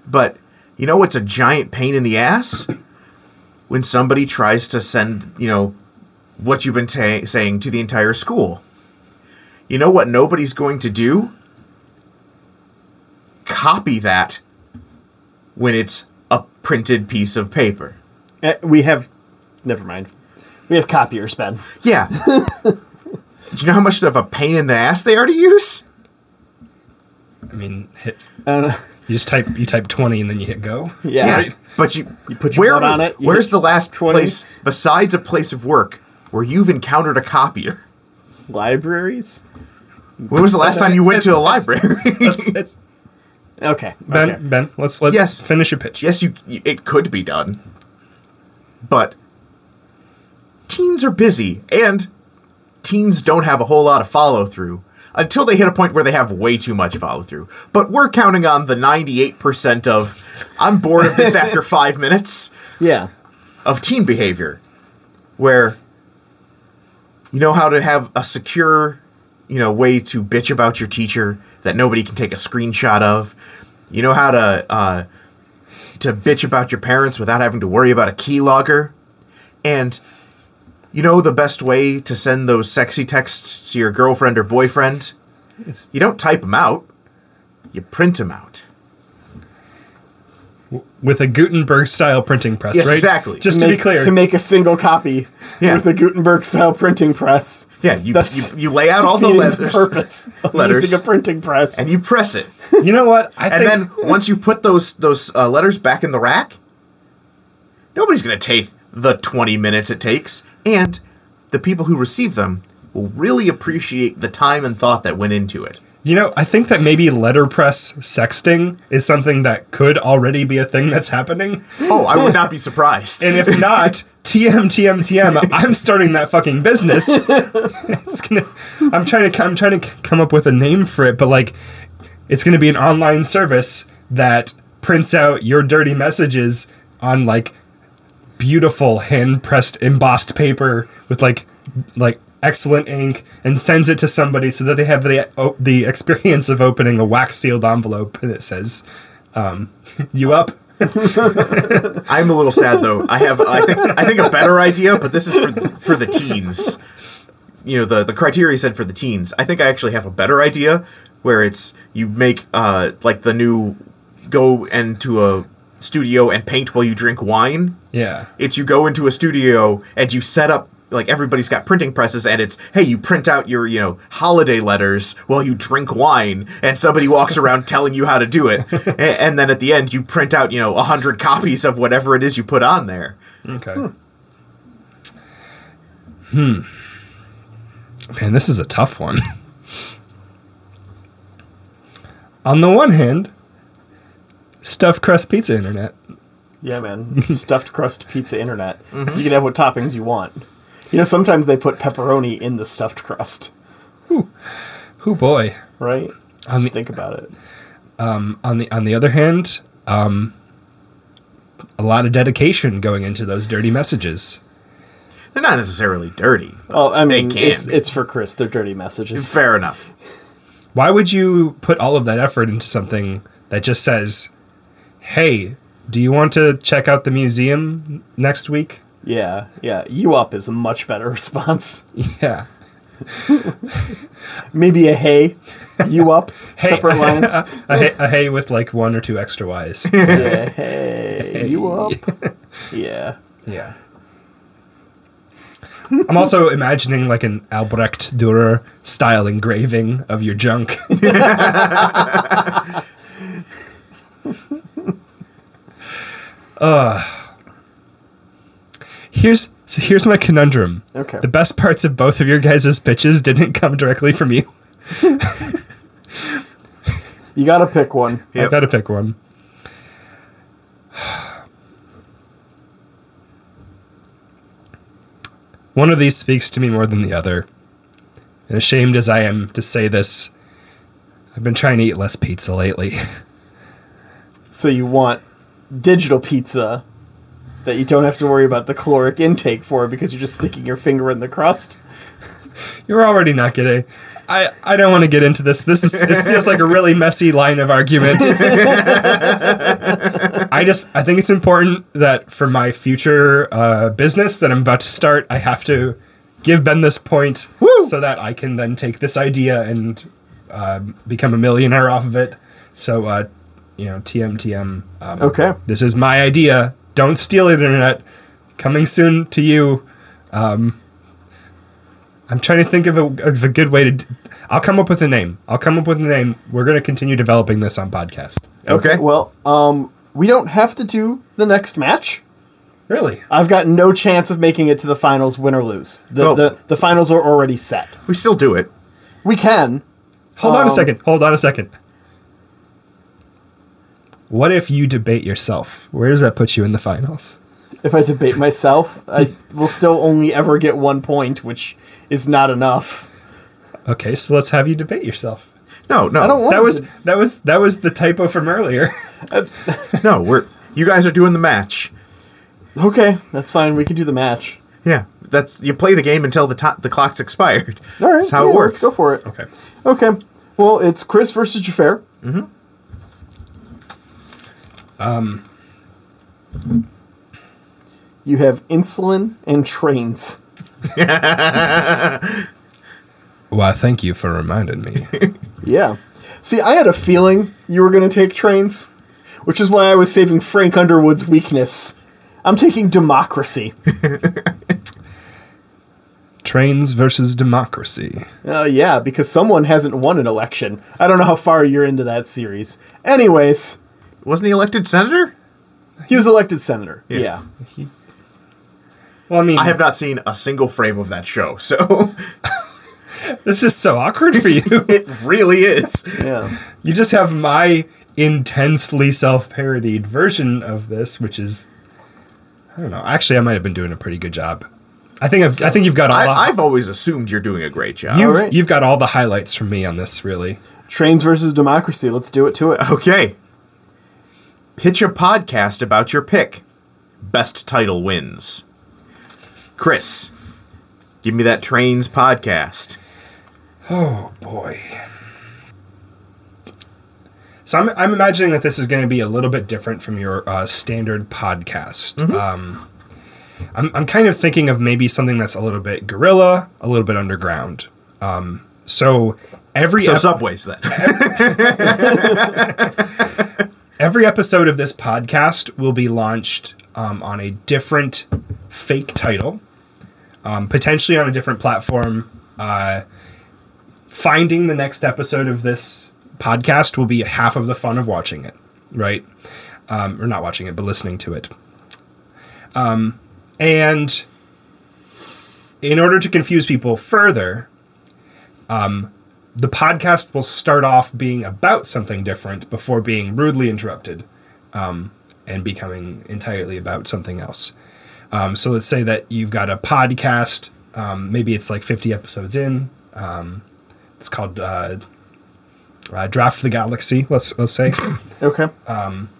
[SPEAKER 3] but you know what's a giant pain in the ass when somebody tries to send you know what you've been ta- saying to the entire school. You know what nobody's going to do? Copy that when it's a printed piece of paper.
[SPEAKER 5] Eh, We have, never mind. We have copiers, Ben.
[SPEAKER 3] Yeah. Do you know how much of a pain in the ass they are to use?
[SPEAKER 2] I mean, hit,
[SPEAKER 5] Uh,
[SPEAKER 2] you just type you type twenty and then you hit go.
[SPEAKER 5] yeah.
[SPEAKER 3] But you, you
[SPEAKER 5] put your foot on it, you
[SPEAKER 3] where's
[SPEAKER 5] hit
[SPEAKER 3] the last
[SPEAKER 5] 20.
[SPEAKER 3] place besides a place of work where you've encountered a copier?
[SPEAKER 5] Libraries.
[SPEAKER 3] When was the last time you went to the
[SPEAKER 2] It's-
[SPEAKER 3] library?
[SPEAKER 2] Let's- let's-
[SPEAKER 5] Okay.
[SPEAKER 2] ben,
[SPEAKER 5] okay.
[SPEAKER 2] Ben, let's let's
[SPEAKER 3] Yes.
[SPEAKER 2] finish your pitch.
[SPEAKER 3] yes, you. you- It could be done, but teens are busy, and teens don't have a whole lot of follow through until they hit a point where they have way too much follow through. But we're counting on the ninety-eight percent of "I'm bored of this after five minutes"
[SPEAKER 5] Yeah.
[SPEAKER 3] of teen behavior, where you know how to have a secure, you know, way to bitch about your teacher that nobody can take a screenshot of. You know how to uh, to bitch about your parents without having to worry about a keylogger, and you know the best way to send those sexy texts to your girlfriend or boyfriend.
[SPEAKER 2] Yes.
[SPEAKER 3] You don't type them out; you print them out.
[SPEAKER 2] With a Gutenberg style printing press,
[SPEAKER 3] Yes,
[SPEAKER 2] right?
[SPEAKER 3] exactly.
[SPEAKER 2] Just to,
[SPEAKER 5] make,
[SPEAKER 2] be clear.
[SPEAKER 5] to make a single copy
[SPEAKER 3] Yeah.
[SPEAKER 5] with a Gutenberg style printing press.
[SPEAKER 3] Yeah, you
[SPEAKER 5] That's
[SPEAKER 3] you, you lay out all the
[SPEAKER 5] defeating
[SPEAKER 3] letters
[SPEAKER 5] purpose of
[SPEAKER 3] Letters.
[SPEAKER 5] using a printing press.
[SPEAKER 3] and you press it.
[SPEAKER 2] you know what? I
[SPEAKER 3] And
[SPEAKER 2] think
[SPEAKER 3] then once you put those those uh, letters back in the rack, nobody's going to take the 20 minutes it takes, and the people who receive them will really appreciate the time and thought that went into it.
[SPEAKER 2] you know. I think that maybe letterpress sexting is something that could already be a thing that's happening.
[SPEAKER 3] Oh, I would not be surprised.
[SPEAKER 2] And if not, TM TM TM, I'm starting that fucking business. it's gonna, I'm trying to I'm trying to c- come up with a name for it, but like it's going to be an online service that prints out your dirty messages on like beautiful hand-pressed embossed paper with like like excellent ink and sends it to somebody so that they have the o- the experience of opening a wax sealed envelope and it says um, you up
[SPEAKER 3] I'm a little sad though. I have I think I think a better idea, but this is for for the teens. You know the the criteria said for the teens. I think I actually have a better idea where it's you make uh like the new go into a studio and paint while you drink wine.
[SPEAKER 2] yeah
[SPEAKER 3] It's you go into a studio and you set up like everybody's got printing presses and it's hey you print out your you know holiday letters while you drink wine and somebody walks around telling you how to do it and, and then at the end you print out you know a hundred copies of whatever it is you put on there
[SPEAKER 2] Okay. Hmm. Man, this is a tough one. On the one hand, stuffed crust pizza internet.
[SPEAKER 5] yeah, man. Stuffed crust pizza internet.
[SPEAKER 3] Mm-hmm.
[SPEAKER 5] You can have what toppings you want. You know, sometimes they put pepperoni in the stuffed crust,
[SPEAKER 2] Oh boy.
[SPEAKER 5] right?
[SPEAKER 2] I mean-
[SPEAKER 5] Just think about it.
[SPEAKER 2] On the on the other hand, um, a lot of dedication going into those dirty messages.
[SPEAKER 3] they're not necessarily dirty
[SPEAKER 5] Oh, I mean,
[SPEAKER 3] can
[SPEAKER 5] it's,
[SPEAKER 3] be.
[SPEAKER 5] it's for Chris. They're dirty messages.
[SPEAKER 3] fair enough
[SPEAKER 2] Why would you put all of that effort into something that just says, "Hey, do you want to check out the museum next week?"
[SPEAKER 5] Yeah, yeah. You up is a much better response.
[SPEAKER 2] Yeah.
[SPEAKER 5] Maybe a hey, you up,
[SPEAKER 2] Hey.
[SPEAKER 5] separate lines.
[SPEAKER 2] a, hay, a hay with like one or two extra Y's.
[SPEAKER 5] yeah, hey, you up. Yeah.
[SPEAKER 2] yeah. I'm also imagining like an Albrecht Dürer style engraving of your junk. Ugh. here's so here's my conundrum.
[SPEAKER 5] Okay.
[SPEAKER 2] The best parts of both of your guys' pitches didn't come directly from you.
[SPEAKER 5] You gotta pick one.
[SPEAKER 2] I
[SPEAKER 3] Yep.
[SPEAKER 2] gotta pick one. One of these speaks to me more than the other. And ashamed as I am to say this, I've been trying to eat less pizza lately.
[SPEAKER 5] So you want digital pizza that you don't have to worry about the caloric intake for because you're just sticking your finger in the crust.
[SPEAKER 2] You're already not getting. I, I don't want to get into this. This is this feels like a really messy line of argument. I just I think it's important that for my future uh, business that I'm about to start, I have to give Ben this point so that I can then take this idea and uh, become a millionaire off of it. So uh, you know, TMTM. Um,
[SPEAKER 5] Okay.
[SPEAKER 2] This is my idea. Don't steal it, internet. Coming soon to you. Um, I'm trying to think of a, of a good way to. D- I'll come up with a name. I'll come up with a name. We're going to continue developing this on podcast.
[SPEAKER 3] okay
[SPEAKER 5] Well, um, we don't have to do the next match.
[SPEAKER 2] Really?
[SPEAKER 5] I've got no chance of making it to the finals, win or lose. The,
[SPEAKER 3] Oh.
[SPEAKER 5] the, the finals are already set.
[SPEAKER 3] we still do it
[SPEAKER 5] We can,
[SPEAKER 2] Hold on a second. Hold on a second. What if you debate yourself? Where does that put you in the finals?
[SPEAKER 5] If I debate myself, I will still only ever get one point, which is not enough.
[SPEAKER 2] Okay, so let's have you debate yourself.
[SPEAKER 3] No, no,
[SPEAKER 5] I don't want
[SPEAKER 2] That was that was that was the typo from earlier.
[SPEAKER 3] no. We're you guys are doing the match.
[SPEAKER 5] Okay, that's fine. We can do the match.
[SPEAKER 3] Yeah, that's you play the game until the to- the clock's expired.
[SPEAKER 5] All right,
[SPEAKER 3] that's how
[SPEAKER 5] yeah,
[SPEAKER 3] it works.
[SPEAKER 5] Let's go for it.
[SPEAKER 2] Okay.
[SPEAKER 5] Okay. Well, it's Chris versus Jafar.
[SPEAKER 2] Um,
[SPEAKER 5] You have insulin and trains.
[SPEAKER 2] Why, thank you for reminding me.
[SPEAKER 5] Yeah. See, I had a feeling you were going to take trains, which is why I was saving Frank Underwood's weakness. I'm taking democracy.
[SPEAKER 2] Trains versus democracy.
[SPEAKER 5] Oh, yeah, because someone hasn't won an election. I don't know how far you're into that series. Anyways,
[SPEAKER 3] Wasn't he elected senator?
[SPEAKER 5] he was elected senator. Yeah.
[SPEAKER 2] Well, I mean,
[SPEAKER 3] I have not seen a single frame of that show, so
[SPEAKER 2] this is so awkward for you.
[SPEAKER 3] it really is.
[SPEAKER 5] Yeah.
[SPEAKER 2] you just have my intensely self-parodied version of this, which is, I don't know. Actually, I might have been doing a pretty good job. I think I've, I think you've got all.
[SPEAKER 3] I,
[SPEAKER 2] the,
[SPEAKER 3] I've always assumed you're doing a great job.
[SPEAKER 2] you've,
[SPEAKER 5] Alright.
[SPEAKER 2] you've got all the highlights from me on this, really.
[SPEAKER 5] Trains versus democracy. Let's do it to it.
[SPEAKER 3] okay. Pitch a podcast about your pick. Best title wins. Chris, give me that trains podcast.
[SPEAKER 2] Oh boy. So I'm, I'm imagining that this is going to be a little bit different from your uh, standard podcast. Um, I'm, I'm kind of thinking of maybe something that's a little bit guerrilla, a little bit underground. Um, so every
[SPEAKER 3] So
[SPEAKER 2] ep-
[SPEAKER 3] subways then.
[SPEAKER 2] every episode of this podcast will be launched um, on a different fake title, um, potentially on a different platform. Uh, finding the next episode of this podcast will be half of the fun of watching it, right? Um, or not watching it, but listening to it. Um, and in order to confuse people further, the podcast will start off being about something different before being rudely interrupted um, and becoming entirely about something else. Um, so let's say that you've got a podcast, um, maybe it's like 50 episodes in. Um, it's called uh, uh, Draft the Galaxy, let's, let's say.
[SPEAKER 5] Okay. Um,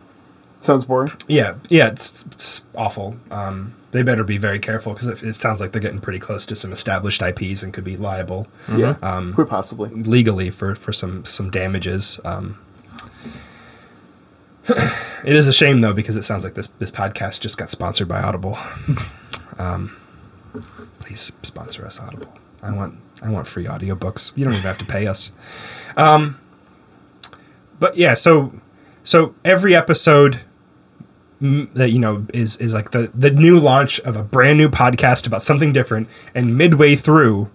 [SPEAKER 5] Sounds boring.
[SPEAKER 2] yeah, yeah, it's, it's awful. Um, they better be very careful because it, it sounds like they're getting pretty close to some established IPs and could be liable.
[SPEAKER 5] Yeah. Quite possibly.
[SPEAKER 2] legally for, for some some damages. Um, it is a shame though because it sounds like this this podcast just got sponsored by Audible. um, please sponsor us, Audible. I want I want free audiobooks. You don't even have to pay us. Um, but yeah, so so every episode m- that you know is is like the the new launch of a brand new podcast about something different, and midway through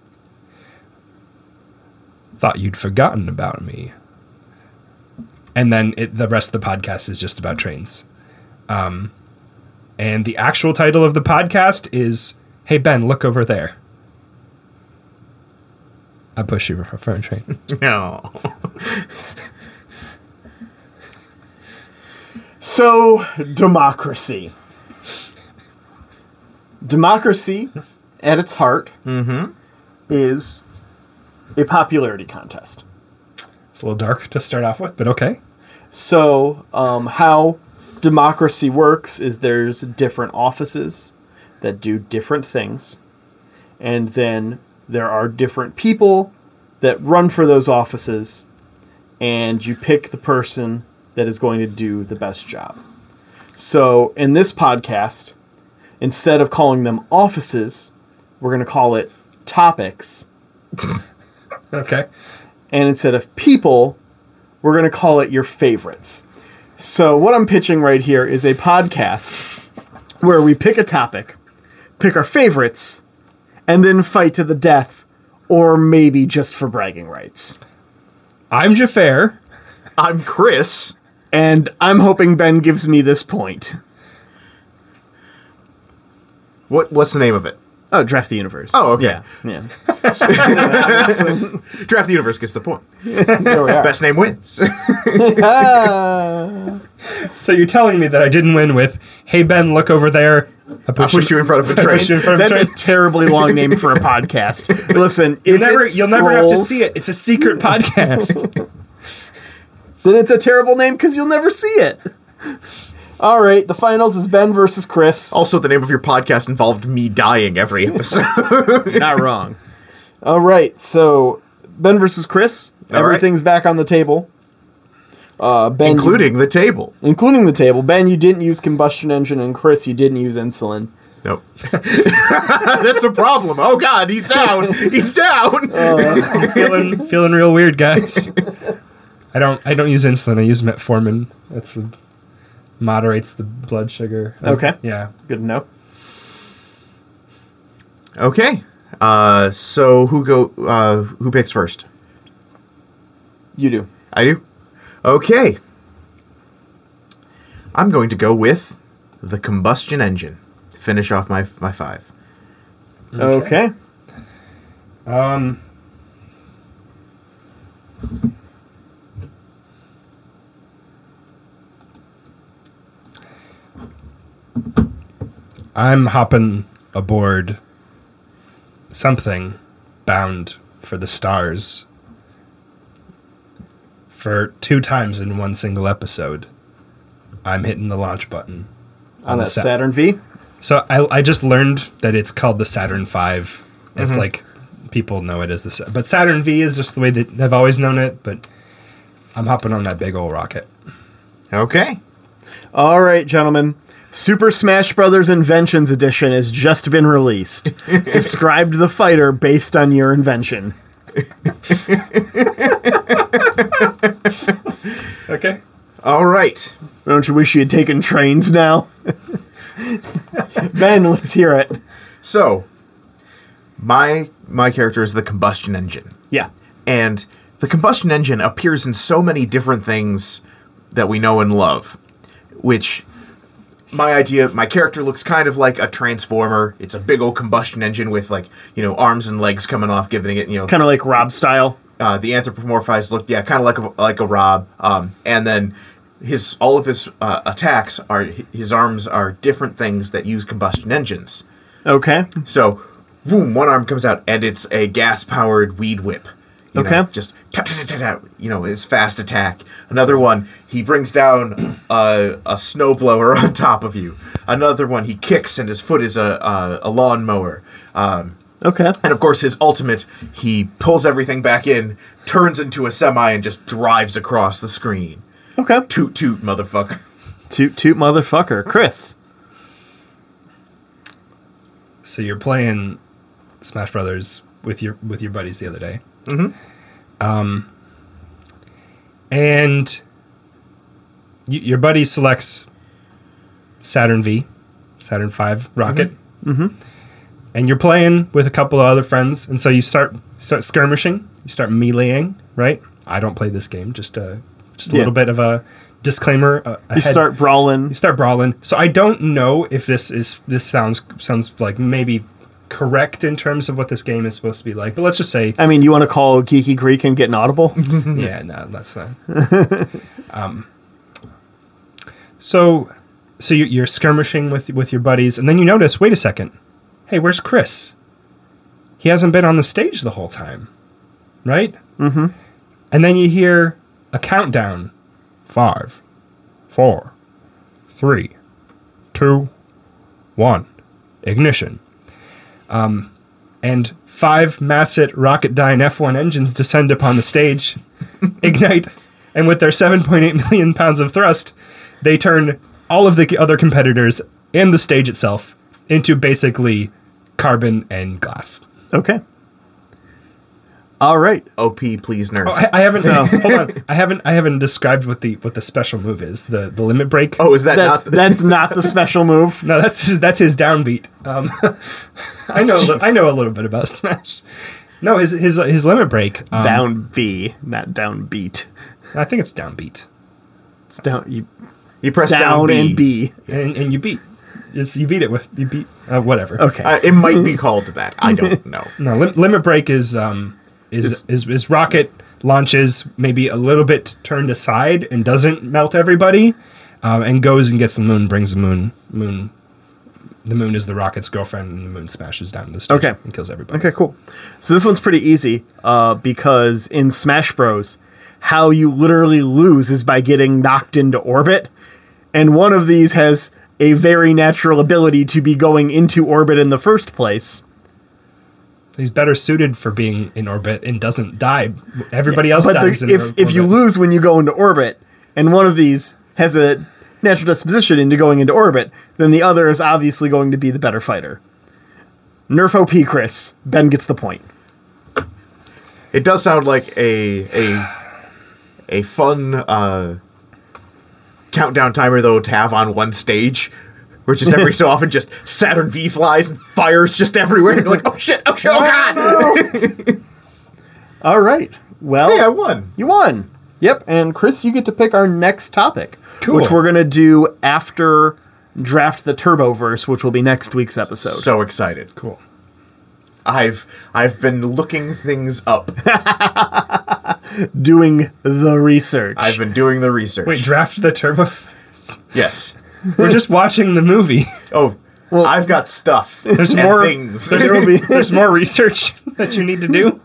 [SPEAKER 2] thought you'd forgotten about me. And then it, the rest of the podcast is just about trains. Um, and the actual title of the podcast is Hey Ben, look over there. I push you for for a train.
[SPEAKER 3] no.
[SPEAKER 5] So, democracy. Democracy, at its heart, Mm-hmm. is a popularity contest.
[SPEAKER 2] It's a little dark to start off with, but okay.
[SPEAKER 5] So, um, how democracy works is there's different offices that do different things, and then there are different people that run for those offices, and you pick the person that is going to do the best job. So, in this podcast, instead of calling them offices, we're going to call it topics,
[SPEAKER 2] Okay.
[SPEAKER 5] and instead of people, we're going to call it your favorites. So, what I'm pitching right here is a podcast where we pick a topic, pick our favorites, and then fight to the death, or maybe just for bragging rights.
[SPEAKER 2] I'm Jafar.
[SPEAKER 3] I'm Chris.
[SPEAKER 5] And I'm hoping Ben gives me this point.
[SPEAKER 3] What what's the name of it?
[SPEAKER 5] Oh, draft the universe.
[SPEAKER 3] Oh, okay.
[SPEAKER 5] Yeah, yeah.
[SPEAKER 3] Draft the universe gets the point.
[SPEAKER 5] There we are.
[SPEAKER 3] Best name wins.
[SPEAKER 2] So you're telling me that I didn't win with, hey, Ben, look over there. I pushed,
[SPEAKER 3] Pushed you in front of a
[SPEAKER 2] I
[SPEAKER 3] train.
[SPEAKER 2] pushed you in front of
[SPEAKER 5] That's
[SPEAKER 2] a
[SPEAKER 5] a
[SPEAKER 2] train.
[SPEAKER 5] terribly long name for a podcast. Listen,
[SPEAKER 2] You'll never, you'll never have to see it. It's a secret podcast.
[SPEAKER 5] Then it's a terrible name because you'll never see it. All right, the finals is Ben versus Chris.
[SPEAKER 3] Also, the name of your podcast involved me dying every episode.
[SPEAKER 5] Not wrong. All right, so Ben versus Chris.
[SPEAKER 3] All right.
[SPEAKER 5] everything's back on the table. Uh, ben,
[SPEAKER 3] including the table.
[SPEAKER 5] including the table. Ben, you didn't use combustion engine, and Chris, you didn't use insulin.
[SPEAKER 3] Nope. That's a problem. Oh God, he's down. He's down.
[SPEAKER 2] feeling, feeling real weird, guys. I don't, I don't use insulin. I use metformin. That's the moderates the blood sugar.
[SPEAKER 5] Okay.
[SPEAKER 2] Yeah.
[SPEAKER 5] Good to know.
[SPEAKER 3] okay. Uh, so who go? Uh, who picks first?
[SPEAKER 5] You do.
[SPEAKER 3] I do. Okay. I'm going to go with the combustion engine. Finish off my my five.
[SPEAKER 5] Okay.
[SPEAKER 2] Um. I'm hopping aboard something bound for the stars for two times in one single episode. I'm hitting the launch button.
[SPEAKER 5] On
[SPEAKER 2] the
[SPEAKER 5] that
[SPEAKER 2] set.
[SPEAKER 5] Saturn V.
[SPEAKER 2] So I, I just learned that it's called the Saturn Five. It's like people know it as the Sa- but Saturn V is just the way that they've always known it. But I'm hopping on that big old rocket.
[SPEAKER 3] Okay.
[SPEAKER 5] All right, gentlemen. Super Smash Brothers Inventions Edition has just been released. Described the fighter based on your invention.
[SPEAKER 2] Okay.
[SPEAKER 3] All right.
[SPEAKER 5] Don't you wish you had taken trains now? ben, let's hear it.
[SPEAKER 3] So my my character is the combustion engine.
[SPEAKER 5] Yeah.
[SPEAKER 3] And the combustion engine appears in so many different things that we know and love, which my idea, my character looks kind of like a transformer. It's a big old combustion engine with like you know arms and legs coming off, giving it you know
[SPEAKER 5] Kind of like Rob style.
[SPEAKER 3] uh, the anthropomorphized look. Yeah, kind of like a, like a Rob. Um, and then his all of his uh, attacks are his arms are different things that use combustion engines.
[SPEAKER 5] Okay.
[SPEAKER 3] So, boom, one arm comes out, and it's a gas powered weed whip. You
[SPEAKER 5] Okay.
[SPEAKER 3] Know, just tap, tap, tap, tap, you know, his fast attack. Another one, he brings down a, a snowblower on top of you. Another one, he kicks, and his foot is a, a, a lawnmower. Um,
[SPEAKER 5] Okay.
[SPEAKER 3] and of course, his ultimate, he pulls everything back in, turns into a semi, and just drives across the screen.
[SPEAKER 5] Okay.
[SPEAKER 3] Toot toot, motherfucker.
[SPEAKER 5] Toot toot motherfucker. Chris.
[SPEAKER 2] So you're playing Smash Brothers with your with your buddies the other day. Mm-hmm. Um. And y- your buddy selects Saturn V, Saturn Five rocket. Mm-hmm. And you're playing with a couple of other friends, and so you start start skirmishing. You start meleeing, right? I don't play this game. Just a just a
[SPEAKER 5] Yeah.
[SPEAKER 2] little bit of a disclaimer. uh,
[SPEAKER 5] You
[SPEAKER 2] ahead
[SPEAKER 5] start brawling.
[SPEAKER 2] you start brawling. So I don't know if this is this sounds sounds like maybe correct in terms of what this game is supposed to be like. But let's just say,
[SPEAKER 5] I mean, you want to call Geeky Greek and get an audible?
[SPEAKER 2] yeah, no, that's not. um, so, so you, you're skirmishing with with your buddies, and then you notice, wait a second, hey, where's Chris? He hasn't been on the stage the whole time, right? Mm-hmm. And then you hear a countdown: five, four, three, two, one, ignition. Um, and five Massett Rocketdyne F1 engines descend upon the stage, ignite, and with their 7.8 million pounds of thrust, they turn all of the other competitors and the stage itself into basically carbon and glass.
[SPEAKER 5] Okay. All right.
[SPEAKER 3] OP, please, nerf.
[SPEAKER 2] Oh,
[SPEAKER 3] Oh,
[SPEAKER 2] I, I haven't.
[SPEAKER 5] So-
[SPEAKER 2] hold on. I haven't. I haven't described what the what the special move is. The the limit break.
[SPEAKER 5] Oh.
[SPEAKER 3] Oh, is that
[SPEAKER 5] That's,
[SPEAKER 3] not?
[SPEAKER 5] that's not the special move.
[SPEAKER 2] No, that's his, that's his downbeat. Um, I know a li- I know a little bit about Smash. No, his his uh, his limit break. Um,
[SPEAKER 5] down B, not down beat.
[SPEAKER 2] I think it's downbeat,
[SPEAKER 5] It's down you
[SPEAKER 3] you press
[SPEAKER 5] down,
[SPEAKER 3] down, B.
[SPEAKER 5] and B.
[SPEAKER 2] and and you beat. It's, you beat it with you beat uh, whatever.
[SPEAKER 5] Okay.
[SPEAKER 3] Uh, it might be called that. I don't know.
[SPEAKER 2] No, lim- limit break is um is, is is rocket launches maybe a little bit turned aside and doesn't melt everybody, um, and goes and gets the moon, brings the moon moon. The moon is the rocket's girlfriend, and the moon smashes down the station
[SPEAKER 5] Okay.
[SPEAKER 2] and kills everybody.
[SPEAKER 5] Okay, cool. So this one's pretty easy uh, because in Smash Bros, how you literally lose is by getting knocked into orbit, and one of these has a very natural ability to be going into orbit in the first place.
[SPEAKER 2] He's better suited for being in orbit and doesn't die. Everybody else
[SPEAKER 5] But the-
[SPEAKER 2] dies. in
[SPEAKER 5] if
[SPEAKER 2] or-
[SPEAKER 5] if you
[SPEAKER 2] orbit.
[SPEAKER 5] lose when you go into orbit, and one of these has a natural disposition into going into orbit, then the other is obviously going to be the better fighter. Nerf OP Chris. Ben gets the point.
[SPEAKER 3] It does sound like a a a fun uh, countdown timer though to have on one stage, where just every so often just Saturn V flies and fires just everywhere. And you're like, oh shit, oh shit, oh god!
[SPEAKER 5] All right. Well,
[SPEAKER 3] Hey, I won.
[SPEAKER 5] You won. Yep. And Chris, you get to pick our next topic,
[SPEAKER 2] Cool.
[SPEAKER 5] which we're going to do after Draft the Turboverse, which will be next week's episode.
[SPEAKER 3] So excited.
[SPEAKER 2] cool.
[SPEAKER 3] I've I've been looking things up.
[SPEAKER 5] Doing the research.
[SPEAKER 3] I've been doing the research.
[SPEAKER 2] Wait, draft the turbo.
[SPEAKER 3] yes.
[SPEAKER 2] We're just watching the movie.
[SPEAKER 3] Oh, I've got stuff.
[SPEAKER 2] There's
[SPEAKER 3] and
[SPEAKER 2] more
[SPEAKER 3] things.
[SPEAKER 5] there will be,
[SPEAKER 2] There's more research that you need to do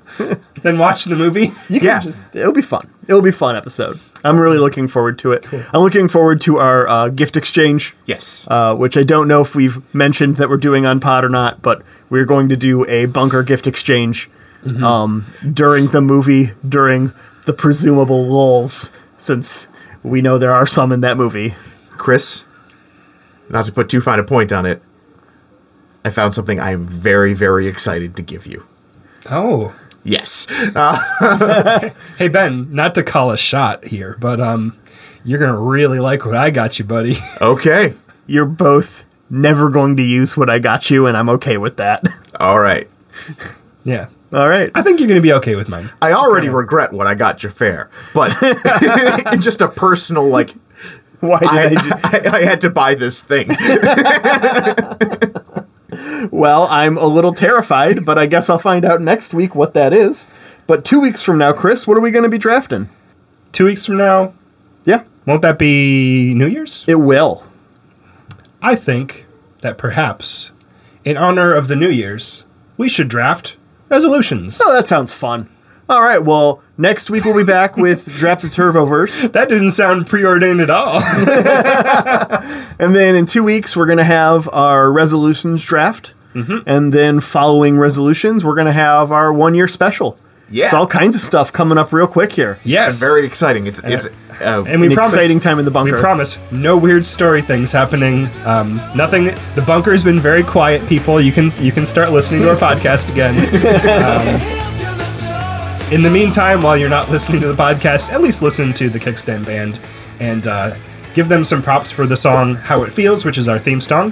[SPEAKER 2] than watch the movie.
[SPEAKER 3] yeah.
[SPEAKER 5] it'll be fun. It'll be a fun episode. I'm really looking forward to it. I'm looking forward to our uh, gift exchange,
[SPEAKER 3] Yes.
[SPEAKER 5] uh, which I don't know if we've mentioned that we're doing on pod or not, but we're going to do a bunker gift exchange um, during the movie, during the presumable lulls, since we know there are some in that movie.
[SPEAKER 3] Chris, not to put too fine a point on it, I found something I am very, very excited to give you.
[SPEAKER 2] Oh.
[SPEAKER 3] Yes.
[SPEAKER 2] Hey Ben, not to call a shot here, but um you're gonna really like what I got you, buddy.
[SPEAKER 3] Okay.
[SPEAKER 5] You're both never going to use what I got you, and I'm okay with that.
[SPEAKER 3] All right.
[SPEAKER 2] yeah.
[SPEAKER 5] All right.
[SPEAKER 2] I think you're gonna be okay with mine.
[SPEAKER 3] I already regret what I got Jafar, but it's just a personal, like,
[SPEAKER 5] Why did I,
[SPEAKER 3] I,
[SPEAKER 5] do-
[SPEAKER 3] I, I had to buy this thing.
[SPEAKER 5] Well, I'm a little terrified, but I guess I'll find out next week what that is. But two weeks from now, Chris, what are we going to be drafting?
[SPEAKER 2] Two weeks from now,
[SPEAKER 5] Yeah,
[SPEAKER 2] won't that be New Year's?
[SPEAKER 5] it will.
[SPEAKER 2] I think that perhaps in honor of the New Year's, we should draft resolutions.
[SPEAKER 5] Oh, that sounds fun. All right. Well, next week we'll be back with Draft the Turboverse,
[SPEAKER 2] That didn't sound preordained at all.
[SPEAKER 5] and then in two weeks we're going to have our resolutions draft,
[SPEAKER 2] Mm-hmm.
[SPEAKER 5] and then following resolutions we're going to have our one year special.
[SPEAKER 3] Yeah.
[SPEAKER 5] it's all kinds of stuff coming up real quick here.
[SPEAKER 2] yes.
[SPEAKER 3] Very exciting. It's, it's uh,
[SPEAKER 2] and we
[SPEAKER 5] An
[SPEAKER 2] promise
[SPEAKER 5] exciting time in the
[SPEAKER 2] we
[SPEAKER 5] bunker.
[SPEAKER 2] promise no weird story things happening. Um, nothing. The bunker has been very quiet, people. You can you can start listening to our podcast again. In the meantime, while you're not listening to the podcast, at least listen to the Kickstand Band and uh, give them some props for the song How It Feels, which is our theme song.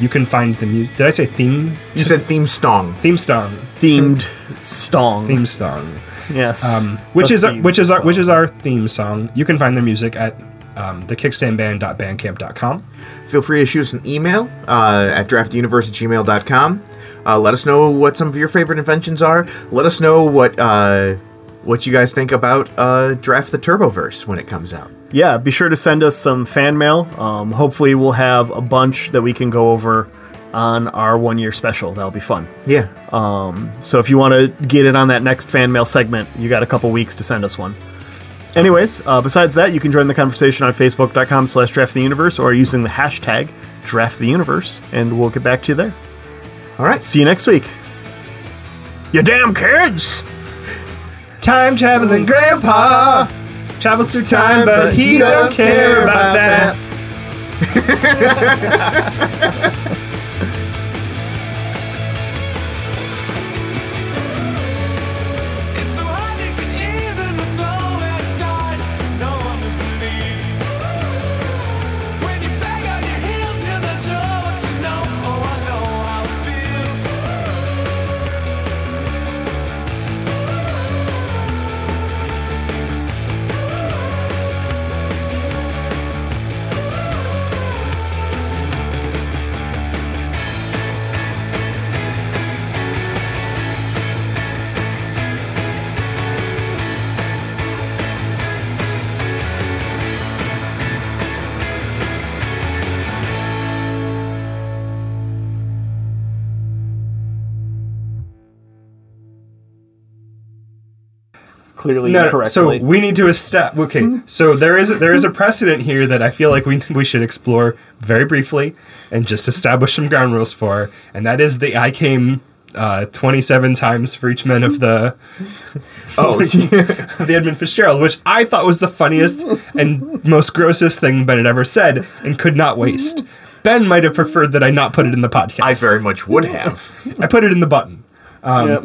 [SPEAKER 2] You can find the music. Did I say theme?
[SPEAKER 3] you said theme song.
[SPEAKER 2] Theme song.
[SPEAKER 5] Themed stong.
[SPEAKER 2] Theme song.
[SPEAKER 5] Yes.
[SPEAKER 2] Um, which
[SPEAKER 5] The
[SPEAKER 2] is our,
[SPEAKER 5] theme
[SPEAKER 2] which is our,
[SPEAKER 5] song.
[SPEAKER 2] which is our theme song. You can find their music at um, thekickstandband.bandcamp.com.
[SPEAKER 3] Feel free to shoot us an email uh, at draftuniverse at gmail.com. Uh, let us know what some of your favorite inventions are. Let us know what uh, what you guys think about uh, Draft the Turboverse when it comes out.
[SPEAKER 5] yeah, be sure to send us some fan mail. Um, hopefully, we'll have a bunch that we can go over on our one year special. That'll be fun.
[SPEAKER 3] Yeah.
[SPEAKER 5] So, if you want to get it on that next fan mail segment, you got a couple weeks to send us one. Anyways, uh, besides that, you can join the conversation on facebook.com slash draft the universe or using the hashtag draft the universe, and we'll get back to you there.
[SPEAKER 3] All right.
[SPEAKER 5] See you next week. You damn kids!
[SPEAKER 2] Time traveling grandpa travels through time, but he don't care about that.
[SPEAKER 4] It's so hard to get even with nowhere to start. No one will believe. When you're back on your heels, you're not sure what you know. Oh, I know how it feels.
[SPEAKER 5] clearly
[SPEAKER 2] No, no,
[SPEAKER 5] incorrectly.
[SPEAKER 2] So we need to step. Okay, so there is there is a precedent here that I feel like we we should explore very briefly and just establish some ground rules for, and that is the I came uh, twenty seven times for each men of the
[SPEAKER 3] Oh,
[SPEAKER 2] of the Edmund Fitzgerald, which I thought was the funniest and most grossest thing Ben had ever said and could not waste. Ben might have preferred that I not put it in the podcast.
[SPEAKER 3] I very much would have.
[SPEAKER 2] I put it in the button.
[SPEAKER 3] um,
[SPEAKER 5] Yep.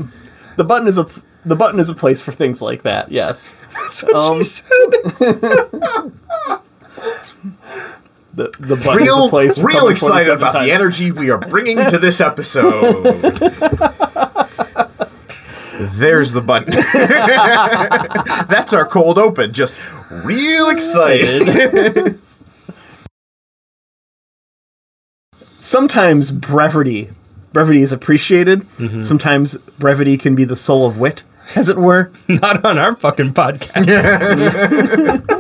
[SPEAKER 5] The button is a the button is a place for things like that. Yes.
[SPEAKER 2] That's what she
[SPEAKER 5] Um,
[SPEAKER 2] said.
[SPEAKER 5] The the button is
[SPEAKER 3] Real,
[SPEAKER 5] a place. For
[SPEAKER 3] real
[SPEAKER 5] coming 27
[SPEAKER 3] excited about
[SPEAKER 5] times.
[SPEAKER 3] the energy we are bringing to this episode. There's the button. That's our cold open. Just real excited.
[SPEAKER 5] Sometimes brevity brevity is appreciated. Sometimes brevity can be the soul of wit, as it were.
[SPEAKER 2] Not on our fucking podcast.